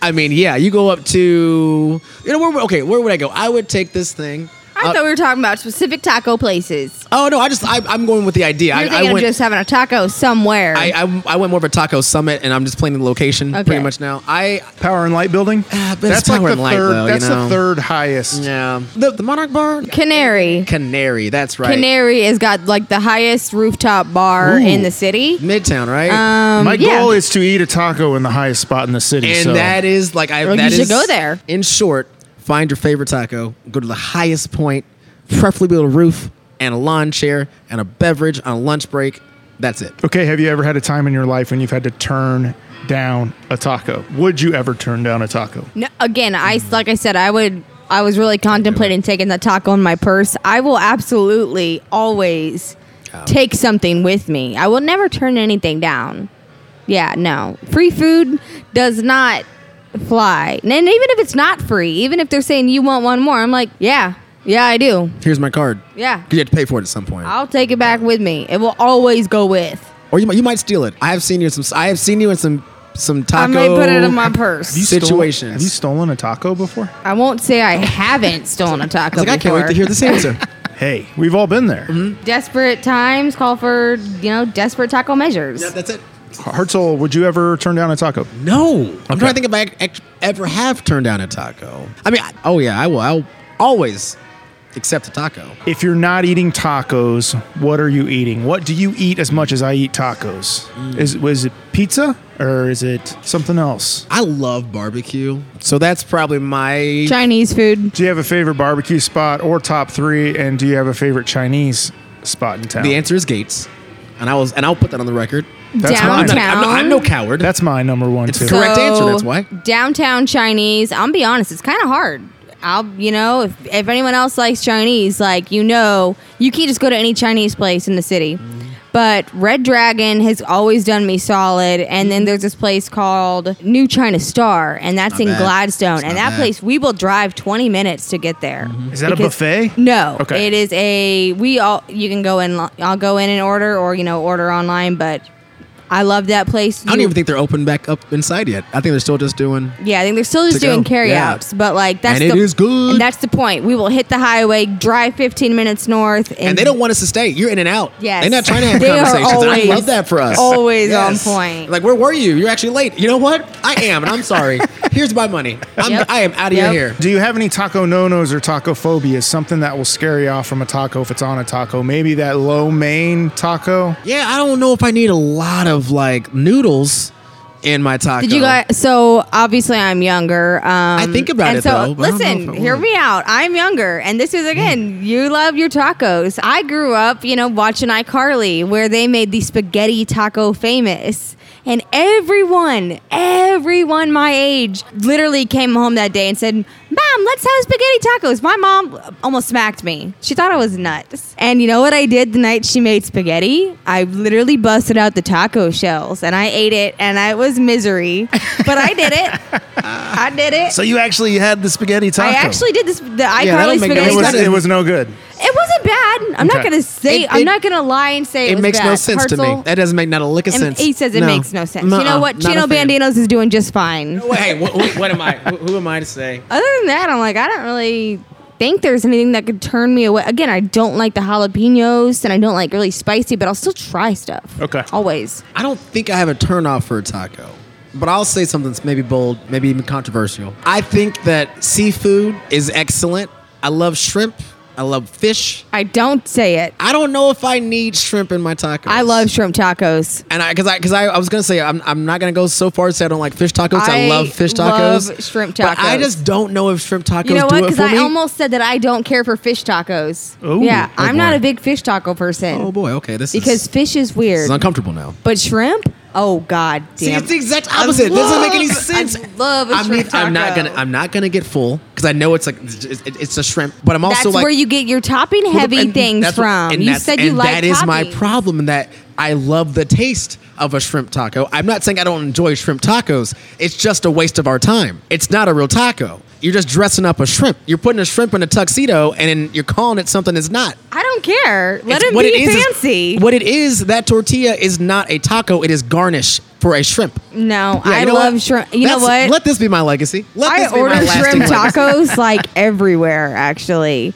I mean, yeah, you go up to, you know, where, okay, where would I go? I would take this thing.
I
Uh,
thought we were talking about specific taco places.
Oh no, I just I, I'm going with the idea.
You're
I,
thinking
I went,
of just having a taco somewhere.
I, I, I went more of a taco summit, and I'm just playing the location
Okay.
pretty much now. I ah,
Power and Light building.
but it's
that's like
Power
the
and Light,
third.
though, you
that's
know.
the third highest.
Yeah. The, the Monarch Bar,
Canary.
Canary. That's right.
Canary has got like the highest rooftop bar
Ooh.
in the city.
Midtown, right?
Um,
My
yeah.
goal is to eat a taco in the highest spot in the city.
and
so.
that is like I.
Well, you
that
should
is-
go there.
In short, find your favorite taco, go to the highest point, preferably with a roof and a lawn chair and a beverage on a lunch break. That's it.
Okay, have you ever had a time in your life when you've had to turn down a taco? Would you ever turn down a taco?
No, again, I like I said, I would. I was really contemplating taking the taco in my purse. I will absolutely always take something with me. I will never turn anything down. Yeah, no, free food does not fly. And even if it's not free, even if they're saying you want one more, I'm like, yeah, yeah, I do.
Here's my card.
Yeah.
You have to pay for it at some point.
I'll take it back with me. It will always go with.
or you might, you might steal it. I have seen you in some. I have seen you in some some taco.
I might put it in my purse.
Have you stolen-
situations.
have you stolen a taco before?
I won't say I haven't stolen a taco.
like, I can't wait
before.
to hear this answer. hey, we've all been there.
Mm-hmm.
desperate times call for you know desperate taco measures. Yeah,
that's it.
Hartzell, would you ever turn down a taco?
No. I'm trying to think if I ex- ever have turned down a taco. I mean, I- oh yeah, I will. I'll always accept a taco.
If you're not eating tacos, what are you eating? What do you eat as much as I eat tacos?
Mm.
Is was it pizza or is it something else?
I love barbecue, so that's probably my
Chinese food.
Do you have a favorite barbecue spot or top three? And do you have a favorite Chinese spot in town?
The answer is Gates, and I was, and I'll put that on the record.
Downtown.
mine. I'm, not, I'm no coward.
That's my number one
It's
too.
the correct answer. That's why.
Downtown Chinese. I'm be honest, it's kind of hard. I'll you know if, if anyone else likes Chinese, like you know, you can't just go to any Chinese place in the city. But Red Dragon has always done me solid, and then there's this place called New China Star, and that's
Not
in
bad.
Gladstone,
It's
and
not
that
bad. Mm-hmm.
place we will drive 20 minutes to get there.
Is that a
Because-
buffet?
No.
Okay.
It is a we all you can go in. I'll go in and order, or you know, order online. But I love that place.
I don't
You-
even think they're open back up inside yet. I think they're still just doing.
yeah, I think they're still just
To go.
doing
Yeah.
carryouts, but like that's
And it
the,
is good.
and that's the point. We will hit the highway, drive 15 minutes north, and,
And, they don't want us to stay. You're in and out.
Yes.
They're not trying to have
They are
conversations.
always-
I love that for us.
always on point.
Like, where were you? You're actually late. You know what? I am, and I'm sorry. Here's my money. I'm, I am out of your hair.
Do you have any taco no-nos or taco phobias? Something that will scare you off from a taco if it's on a taco? Maybe that low main taco.
Yeah, I don't know if I need a lot of like noodles in my taco.
Did you guys? So obviously, I'm younger. Um, I
think about
and
it,
so,
though, but I don't know if
Listen,
I
hear
would.
me out. I'm younger, and this is again. You love your tacos. I grew up, you know, watching iCarly, where they made the spaghetti taco famous. And everyone, everyone my age literally came home that day and said, Mom, let's have spaghetti tacos. My mom almost smacked me. She thought I was nuts. And you know what I did the night she made spaghetti? I literally busted out the taco shells and I ate it and I was misery. But I did it. I did it.
So you actually had the spaghetti taco.
I actually did this the
that'll
iCarly
make
spaghetti.
it, was,
taco.
it was no good.
It wasn't bad. I'm not
Okay.
gonna say.
It-
I'm
it-
not gonna lie and say it,
It
was
makes no
bad.
sense to me.
Hartzell-
That doesn't make not a lick of
and
sense.
He says it
No.
makes no sense.
Nuh-uh.
you know what?
Not a
Chino
fan.
Bandinos is doing just fine.
Well, Hey, what, what, what am I? Who, who am I to say?
Other than that, I'm like, I don't really think there's anything that could turn me away. Again, I don't like the jalapenos and I don't like really spicy, but I'll still try stuff.
Okay.
Always.
I don't think I have a turnoff for a taco, but I'll say something that's maybe bold, maybe even controversial. I think that seafood is excellent. I love shrimp. I love fish.
I don't say it.
I don't know if I need shrimp in my taco.
I love shrimp tacos.
And I, because I, because I, I was gonna say I'm, I'm not gonna go so far to say I don't like fish tacos. I,
I
love fish
love
tacos.
shrimp
But I
tacos.
just don't know if shrimp tacos
You know
do
what?
it
Because
for
I
me.
almost said that I don't care for fish tacos.
Ooh.
yeah,
Oh,
I'm not
boy.
a big fish taco person.
oh boy, okay, this
because
is,
fish is
this
weird.
is uncomfortable now.
But shrimp? Oh god
See,
damn.
it's the exact opposite. doesn't make any sense.
I love a
I mean,
shrimp taco.
I'm not gonna, I'm not gonna get full because I know it's like it's, it's a shrimp, but I'm also
that's
like
where you get your topping heavy
And
things
that's what-
from.
and
you
that's-
said you
and
like
that is my
toppings.
problem. in That I love the taste of a shrimp taco. I'm not saying I don't enjoy shrimp tacos. It's just a waste of our time. It's not a real taco. You're just dressing up a shrimp. You're putting a shrimp in a tuxedo and then you're calling it something it's not.
I don't care. Let
It's-
him
what
be
it is is-
fancy.
what it is, that tortilla is not a taco. It is garnish for a shrimp.
no,
Yeah,
I
you know
love
what?
shrimp. You know
That's-
what?
Let this be my legacy. Let
I
this be
order
my lasting
shrimp
legacy.
tacos like everywhere. Actually,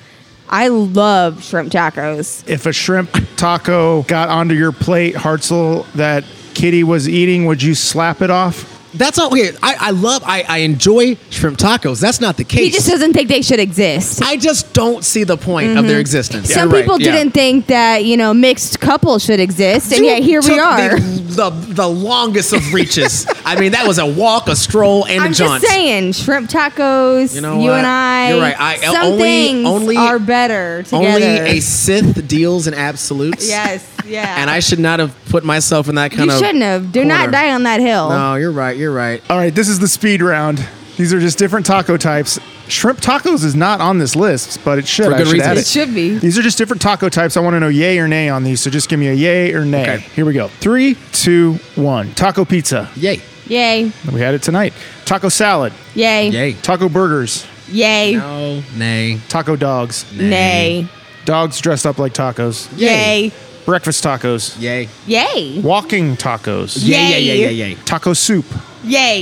I love shrimp tacos.
If a shrimp taco got onto your plate, Hartzell, that Kitty was eating, would you slap it off?
That's all. Okay, I, I love. I, I enjoy shrimp tacos. That's not the case.
He just doesn't think they should exist.
I just don't see the point of their existence.
Mm-hmm. Some people didn't think that you know mixed couples should exist, and yet here we are.
The, the, the longest of reaches. I mean, that was a walk, a stroll, and
I'm
a jaunt.
just saying, shrimp tacos. You,
You know what?
and I.
You're right. I-
some
only-
things
only-
are better together.
Only a Sith deals in absolutes.
yes. Yeah.
And I should not have put myself in that
You
kind of.
shouldn't have. Do
corner.
not die on that hill.
No, you're right. You're right.
All right, this is the speed round. These are just different taco types. Shrimp tacos is not on this list, but it should.
For
I
good
should
reason.
add
It
it.
should be.
These are just different taco types. I want to know yay or nay on these, so just give me a yay or nay.
Okay.
Here we go. Three, two, one. Taco pizza.
Yay.
Yay.
We had it tonight. Taco salad.
Yay.
Taco burgers.
Yay.
No. Nay.
Taco dogs.
Nay.
Dogs dressed up like tacos.
Yay.
Breakfast tacos.
Yay.
Yay.
Walking tacos.
Yay, yay, yay, yay, yay.
Taco soup.
Yay.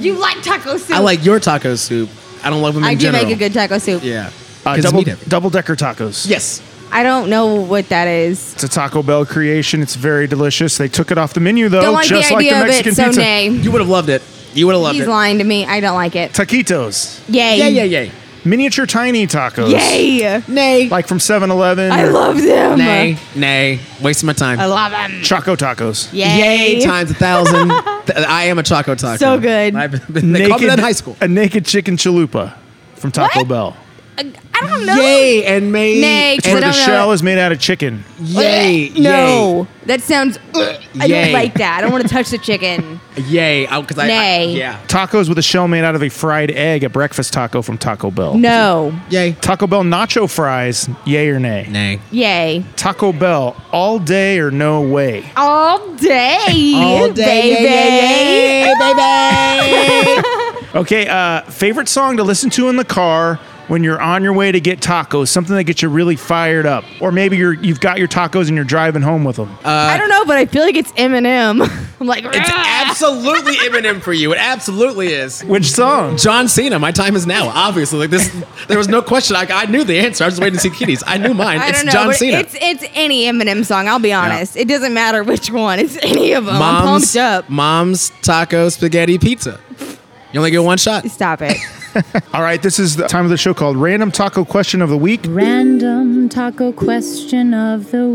You like taco soup.
I like your taco soup. I don't love them in
I do
general.
make a good taco soup.
Yeah.
Uh,
'Cause it's
double,
meat every-
double decker tacos.
Yes.
I don't know what that is.
It's a Taco Bell creation. It's very delicious. They took it off the menu though,
Don't like the
just like
idea
the
of it,
Mexican
so
pizza.
nay. You
would have loved it. You would have loved
He's
it.
lying to me. I don't like it.
Taquitos.
Yay.
Yay, yay, yay.
Miniature tiny tacos.
Yay. Nay.
Like from 7-Eleven.
I
or-
love them.
Nay, nay. Wasting my time.
I love them.
Choco tacos.
Yay.
Yay, times a thousand. Th- I am a choco taco.
So good.
I've been they called me that in high school.
A naked chicken chalupa from Taco Bell.
I don't know.
Yay, and may.
Nay, 'cause
Where
I
the
don't know.
shell is made out of chicken.
Yay.
No. That sounds. I don't
Yay.
like that. I don't want to touch the chicken.
Yay. Oh, cause I, I-
Nay.
yeah.
Tacos with a shell made out of a fried egg, a breakfast taco from Taco Bell.
No.
Yay.
Taco Bell nacho fries, yay or nay?
Nay.
Yay.
Taco Bell, all day or no way?
All day.
All day,
Baby.
yay, yay, baby.
Okay, uh, favorite song to listen to in the car when you're on your way to get tacos, something that gets you really fired up. Or maybe you're, you've got your tacos and you're driving home with them.
I don't know, but I feel like it's Eminem. I'm like,
Uh, It's absolutely Eminem for you. It absolutely is.
Which song?
John Cena. My time is now. Obviously, like this, there was no question. I, I knew the answer. I was waiting to see Kitty's. I knew mine.
I
it's
don't know.
John
but
Cena.
It's it's any Eminem song. I'll be honest. It doesn't matter which one. It's any of them. Oh, I'm pumped up.
mom's taco spaghetti pizza. You only get one shot.
Stop it.
All right, this is the time of the show called Random Taco Question of the Week.
Random taco question of the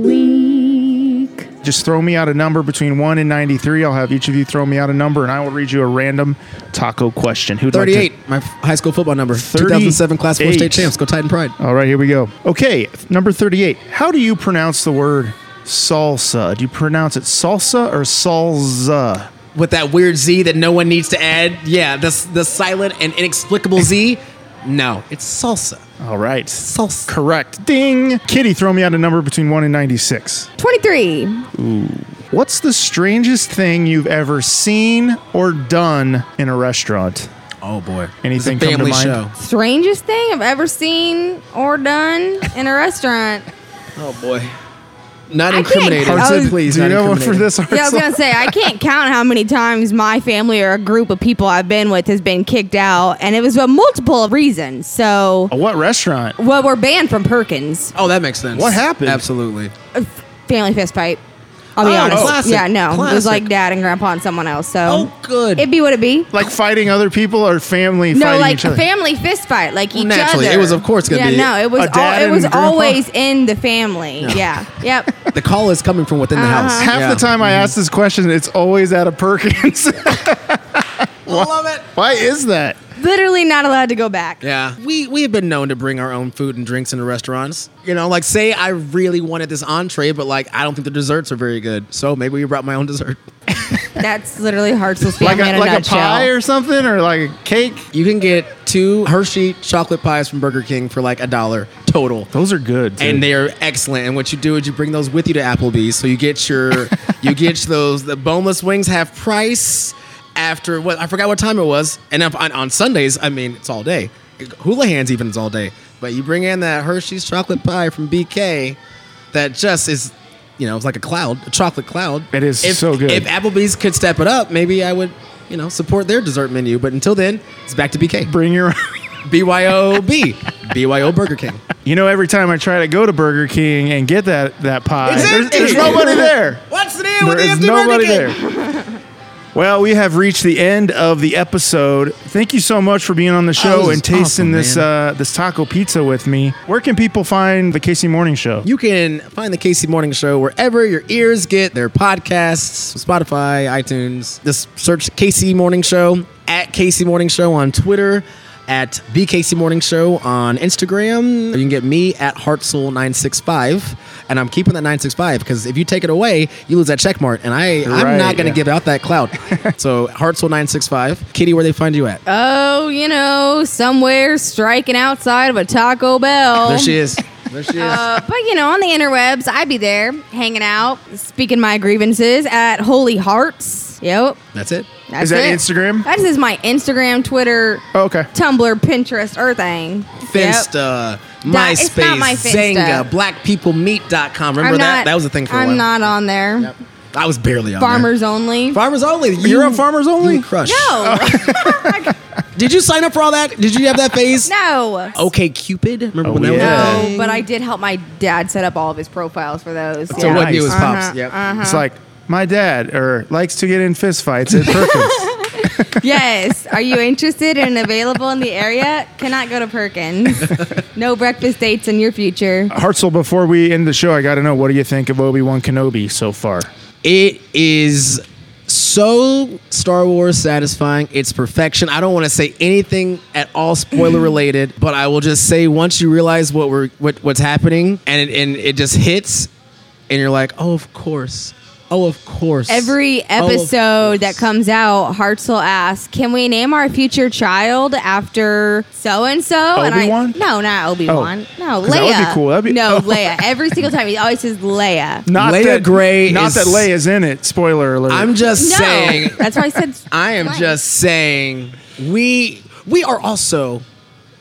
week.
Just throw me out a number between 1 and 93. I'll have each of you throw me out a number and I will read you a random taco question. Who'd like to-
38, my f- high school football number. 2007 class four state
38.
champs. Go Titan Pride.
All right, here we go. Okay, number 38. How do you pronounce the word salsa? Do you pronounce it salsa or salsa?
With that weird Z that no one needs to add. Yeah, the, s- the silent and inexplicable Z. No, it's salsa.
All right.
Salsa.
Correct. Ding. Kitty, throw me out a number between 1 and 96.
23.
Ooh. What's the strangest thing you've ever seen or done in a restaurant?
Oh, boy.
Anything
It's a
come to
family
mind?
show.
Strangest thing I've ever seen or done in a restaurant.
Oh, boy. Not
I can't-
incriminating.
I was-
please.
Do you
not
know one for
incriminating.
this?
Yeah, I was gonna say I can't count how many times my family or a group of people I've been with has been kicked out, and it was for multiple reasons. So,
What restaurant?
well, we're banned from Perkins
Oh, that makes sense.
What happened?
Absolutely.
family fist fight. I'll be
Oh,
honest.
classic,
Yeah, no, it was
classic.
like dad and grandpa and someone else. So,
Oh, good.
It'd be what it be.
Like fighting other people or family
No,
fighting
like
each other?
a family fist fight, like each
naturally,
other.
it was, of course, gonna
yeah,
be
no, it
a
was
dad
all, it was
and grandpa?
always in the family.
Yeah.
Yeah, yep.
The call is coming from within the
Uh-huh.
house.
Half
Yeah. Mm-hmm.
the time I ask this question, it's always out of Perkins.
I love it.
Why is that?
Literally not allowed to go back.
Yeah, we we have been known to bring our own food and drinks into restaurants. You know, like say I really wanted this entree, but like I don't think the desserts are very good, so maybe we brought my own dessert.
That's literally Hartzell's family
Like
in
a,
a
like a
nutshell.
pie or something, or like a cake?
You can get two Hershey chocolate pies from Burger King for like a dollar total.
Those are good.
And they are excellent. And what you do is you bring those with you to Applebee's. So you get your, you get those. The boneless wings have price after what I forgot what time it was. And if, on, on Sundays, I mean, it's all day. Houlihan's even is all day. But you bring in that Hershey's chocolate pie from BK, that just is, you know, it's like a cloud, a chocolate cloud.
It is
If-
so good.
If Applebee's could step it up, maybe I would, you know, support their dessert menu. But until then, it's back to BK.
bring your.
BYOB, BYO Burger King.
You know, every time I try to go to Burger King and get that that pie,
It's
there's,
empty.
there's nobody there.
What's the deal
There is nobody there. Well, we have reached the end of the episode. Thank you so much for being on the
this
show and
is
tasting
awesome,
this uh, this taco pizza with me. Where can people find the Casey Morning Show?
You can find the Casey Morning Show wherever your ears get their podcasts, Spotify, iTunes. Just search Casey Morning Show at Casey Morning Show on Twitter, at the Casey Morning Show on Instagram. Or you can get me at Hartzell965. And I'm keeping that 965 because if you take it away, you lose that check mark. And I,
Right,
I'm not going to
yeah.
give out that clout. so Hartzell965. Kitty, where they find you at?
Oh, you know, somewhere striking outside of a Taco Bell.
There she is. There she is.
Uh, but you know, on the interwebs, I'd be there hanging out, speaking my grievances at Holy Hearts. Yes. Yep.
That's it.
That's
Is that
it.
Instagram?
That is my Instagram, Twitter,
Oh,
okay,
Tumblr, Pinterest, or thing.
Finsta, uh,
Nah, it's
MySpace,
not my Finsta.
Zanga, blackpeoplemeet.com. Remember
I'm
that?
not-
That was a thing for a
I'm
while.
not on there.
I was barely on
Farmers only.
there. Farmers only. You're on Farmers only? Crush.
No.
Oh, Did you sign up for all that? Did you have that phase?
no.
Okay, Cupid. Remember
Oh,
when that was? a
No,
thing?
but I did help my dad set up all of his profiles for those.
So what he was
Uh-huh.
pops,
yep.
It's like my dad or likes to get in fist fights at Perkins.
yes. Are you interested and available in the area? Cannot go to Perkins. No breakfast dates in your future.
Hartzell, before we end the show, I got to know what do you think of Obi Wan Kenobi so far?
It is so Star Wars satisfying. It's perfection. I don't want to say anything at all spoiler related, but I will just say once you realize what we're what, what's happening and it, and it just hits, and you're like, oh, of course, oh, of course.
Every
Oh, of
episode that comes out, Hartzell asks, "Can we name our future child after so and so?" And I
Obi-Wan?
no, not Obi Wan.
Oh.
No,
'Cause that
Leia.
would be cool. That'd be-
no, Leia. Every single time, he always says Leia.
Not
Leia
that
Gray
Not
is-
that Leia's in it. Spoiler alert.
I'm just
No.
saying.
That's why I said
I am just saying we we are also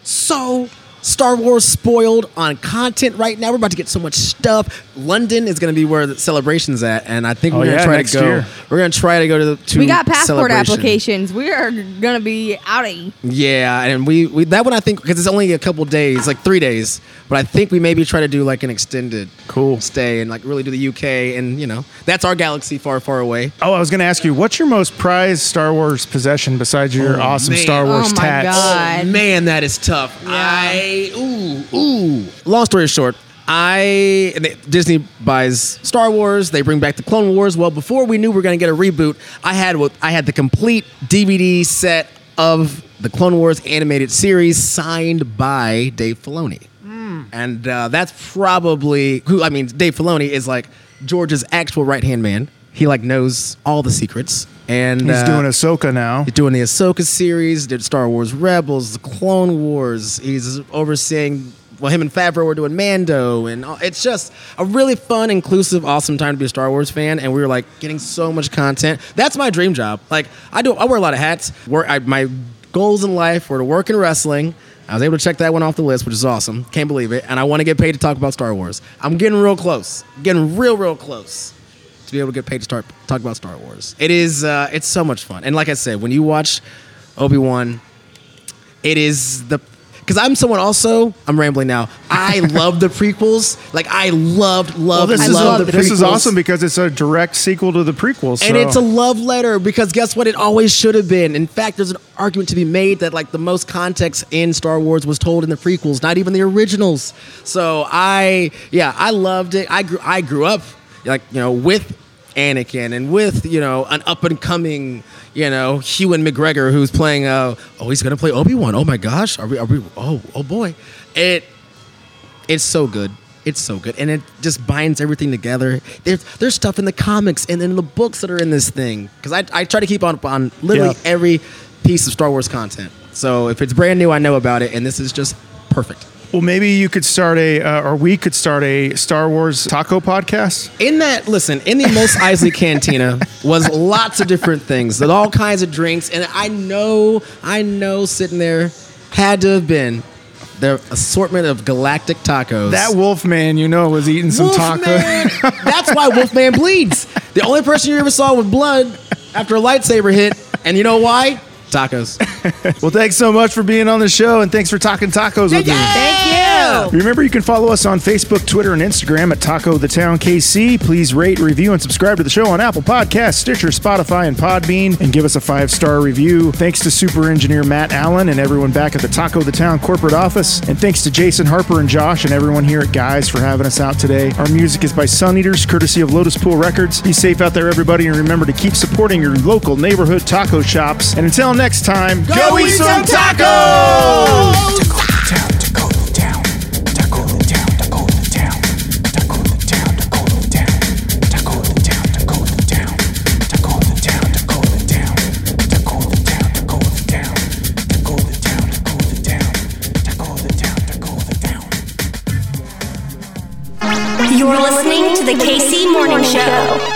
so Star Wars spoiled on content right now. We're about to get so much stuff. London is going to be where the celebration's at, and I think
Oh,
we're going
yeah,
to try
next
to go.
year.
We're going to try to go to the. To
we got passport
celebration.
applications. We are gonna be outie.
Yeah, and we, we that one I think because it's only a couple days, like three days, but I think we maybe try to do like an extended cool stay and like really do the UK and you know that's our galaxy far far away.
Oh, I was going to ask you, what's your most prized Star Wars possession besides your
Oh,
awesome
man.
Star Wars
Oh, my
tats?
Oh, man, that is tough. I ooh ooh. Long story short, I and they- Disney buys Star Wars. They bring back the Clone Wars. Well, before we knew we were going to get a reboot, I had what I had the complete DVD set of the Clone Wars animated series signed by Dave Filoni. And uh, that's probably who I mean. Dave Filoni is like George's actual right hand man. He like knows all the secrets, and
He's
uh,
doing Ahsoka now.
He's doing the Ahsoka series, did Star Wars Rebels, the Clone Wars. He's overseeing. Well, him and Favreau were doing Mando, and all- it's just a really fun, inclusive, awesome time to be a Star Wars fan. And we were like getting so much content. That's my dream job. Like I do, I wear a lot of hats. Work, I, my goals in life were to work in wrestling. I was able to check that one off the list, which is awesome. Can't believe it. And I want to get paid to talk about Star Wars. I'm getting real close. Getting real, real close to be able to get paid to start talk about Star Wars. It is uh, it's so much fun. And like I said, when you watch Obi Wan, it is the because I'm someone also I'm rambling now. I love the prequels. Like I loved
Well,
loved
this,
I
is,
loved the
this is
prequels.
awesome because it's a direct sequel to the
And
prequel. so-
it's a love letter because guess what? It always should have been. In fact, there's an argument to be made that like the most context in Star Wars was told in the prequels, not even the originals. So I, yeah, I loved it. I grew, I grew up like you know with Anakin and with you know an up and coming you know Ewan McGregor who's playing. Uh, oh, he's gonna play Obi Wan. Oh my gosh, are we? Are we? Oh, oh boy, it it's so good. It's so good, and it just binds everything together. There's there's stuff in the comics and in the books that are in this thing because I, I try to keep on on literally
Yeah.
every piece of Star Wars content. So if it's brand new, I know about it, and this is just perfect.
Well, maybe you could start a, uh, or we could start a Star Wars taco podcast.
In that, listen, in the Mos Eisley Cantina was lots of different things, with all kinds of drinks, and I know, I know, sitting there had to have been the assortment of galactic tacos.
That Wolfman, you know, was eating some taco.
Wolfman. That's why Wolfman bleeds. The only person you ever saw with blood after a lightsaber hit, and you know why? Tacos.
well, thanks so much for being on the show, and thanks for talking tacos with me.
Thank you.
Remember, you can follow us on Facebook, Twitter, and Instagram at Taco the Town KC. Please rate, review, and subscribe to the show on Apple Podcasts, Stitcher, Spotify, and Podbean, and give us a five star review. Thanks to Super Engineer Matt Allen and everyone back at the Taco the Town corporate office, and thanks to Jason Harper and Josh and everyone here at Guys for having us out today. Our music is by Sun Eaters, courtesy of Lotus Pool Records. Be safe out there, everybody, and remember to keep supporting your local neighborhood taco shops. And until next time, go, eat some tacos!
You're listening to the KC Morning Show.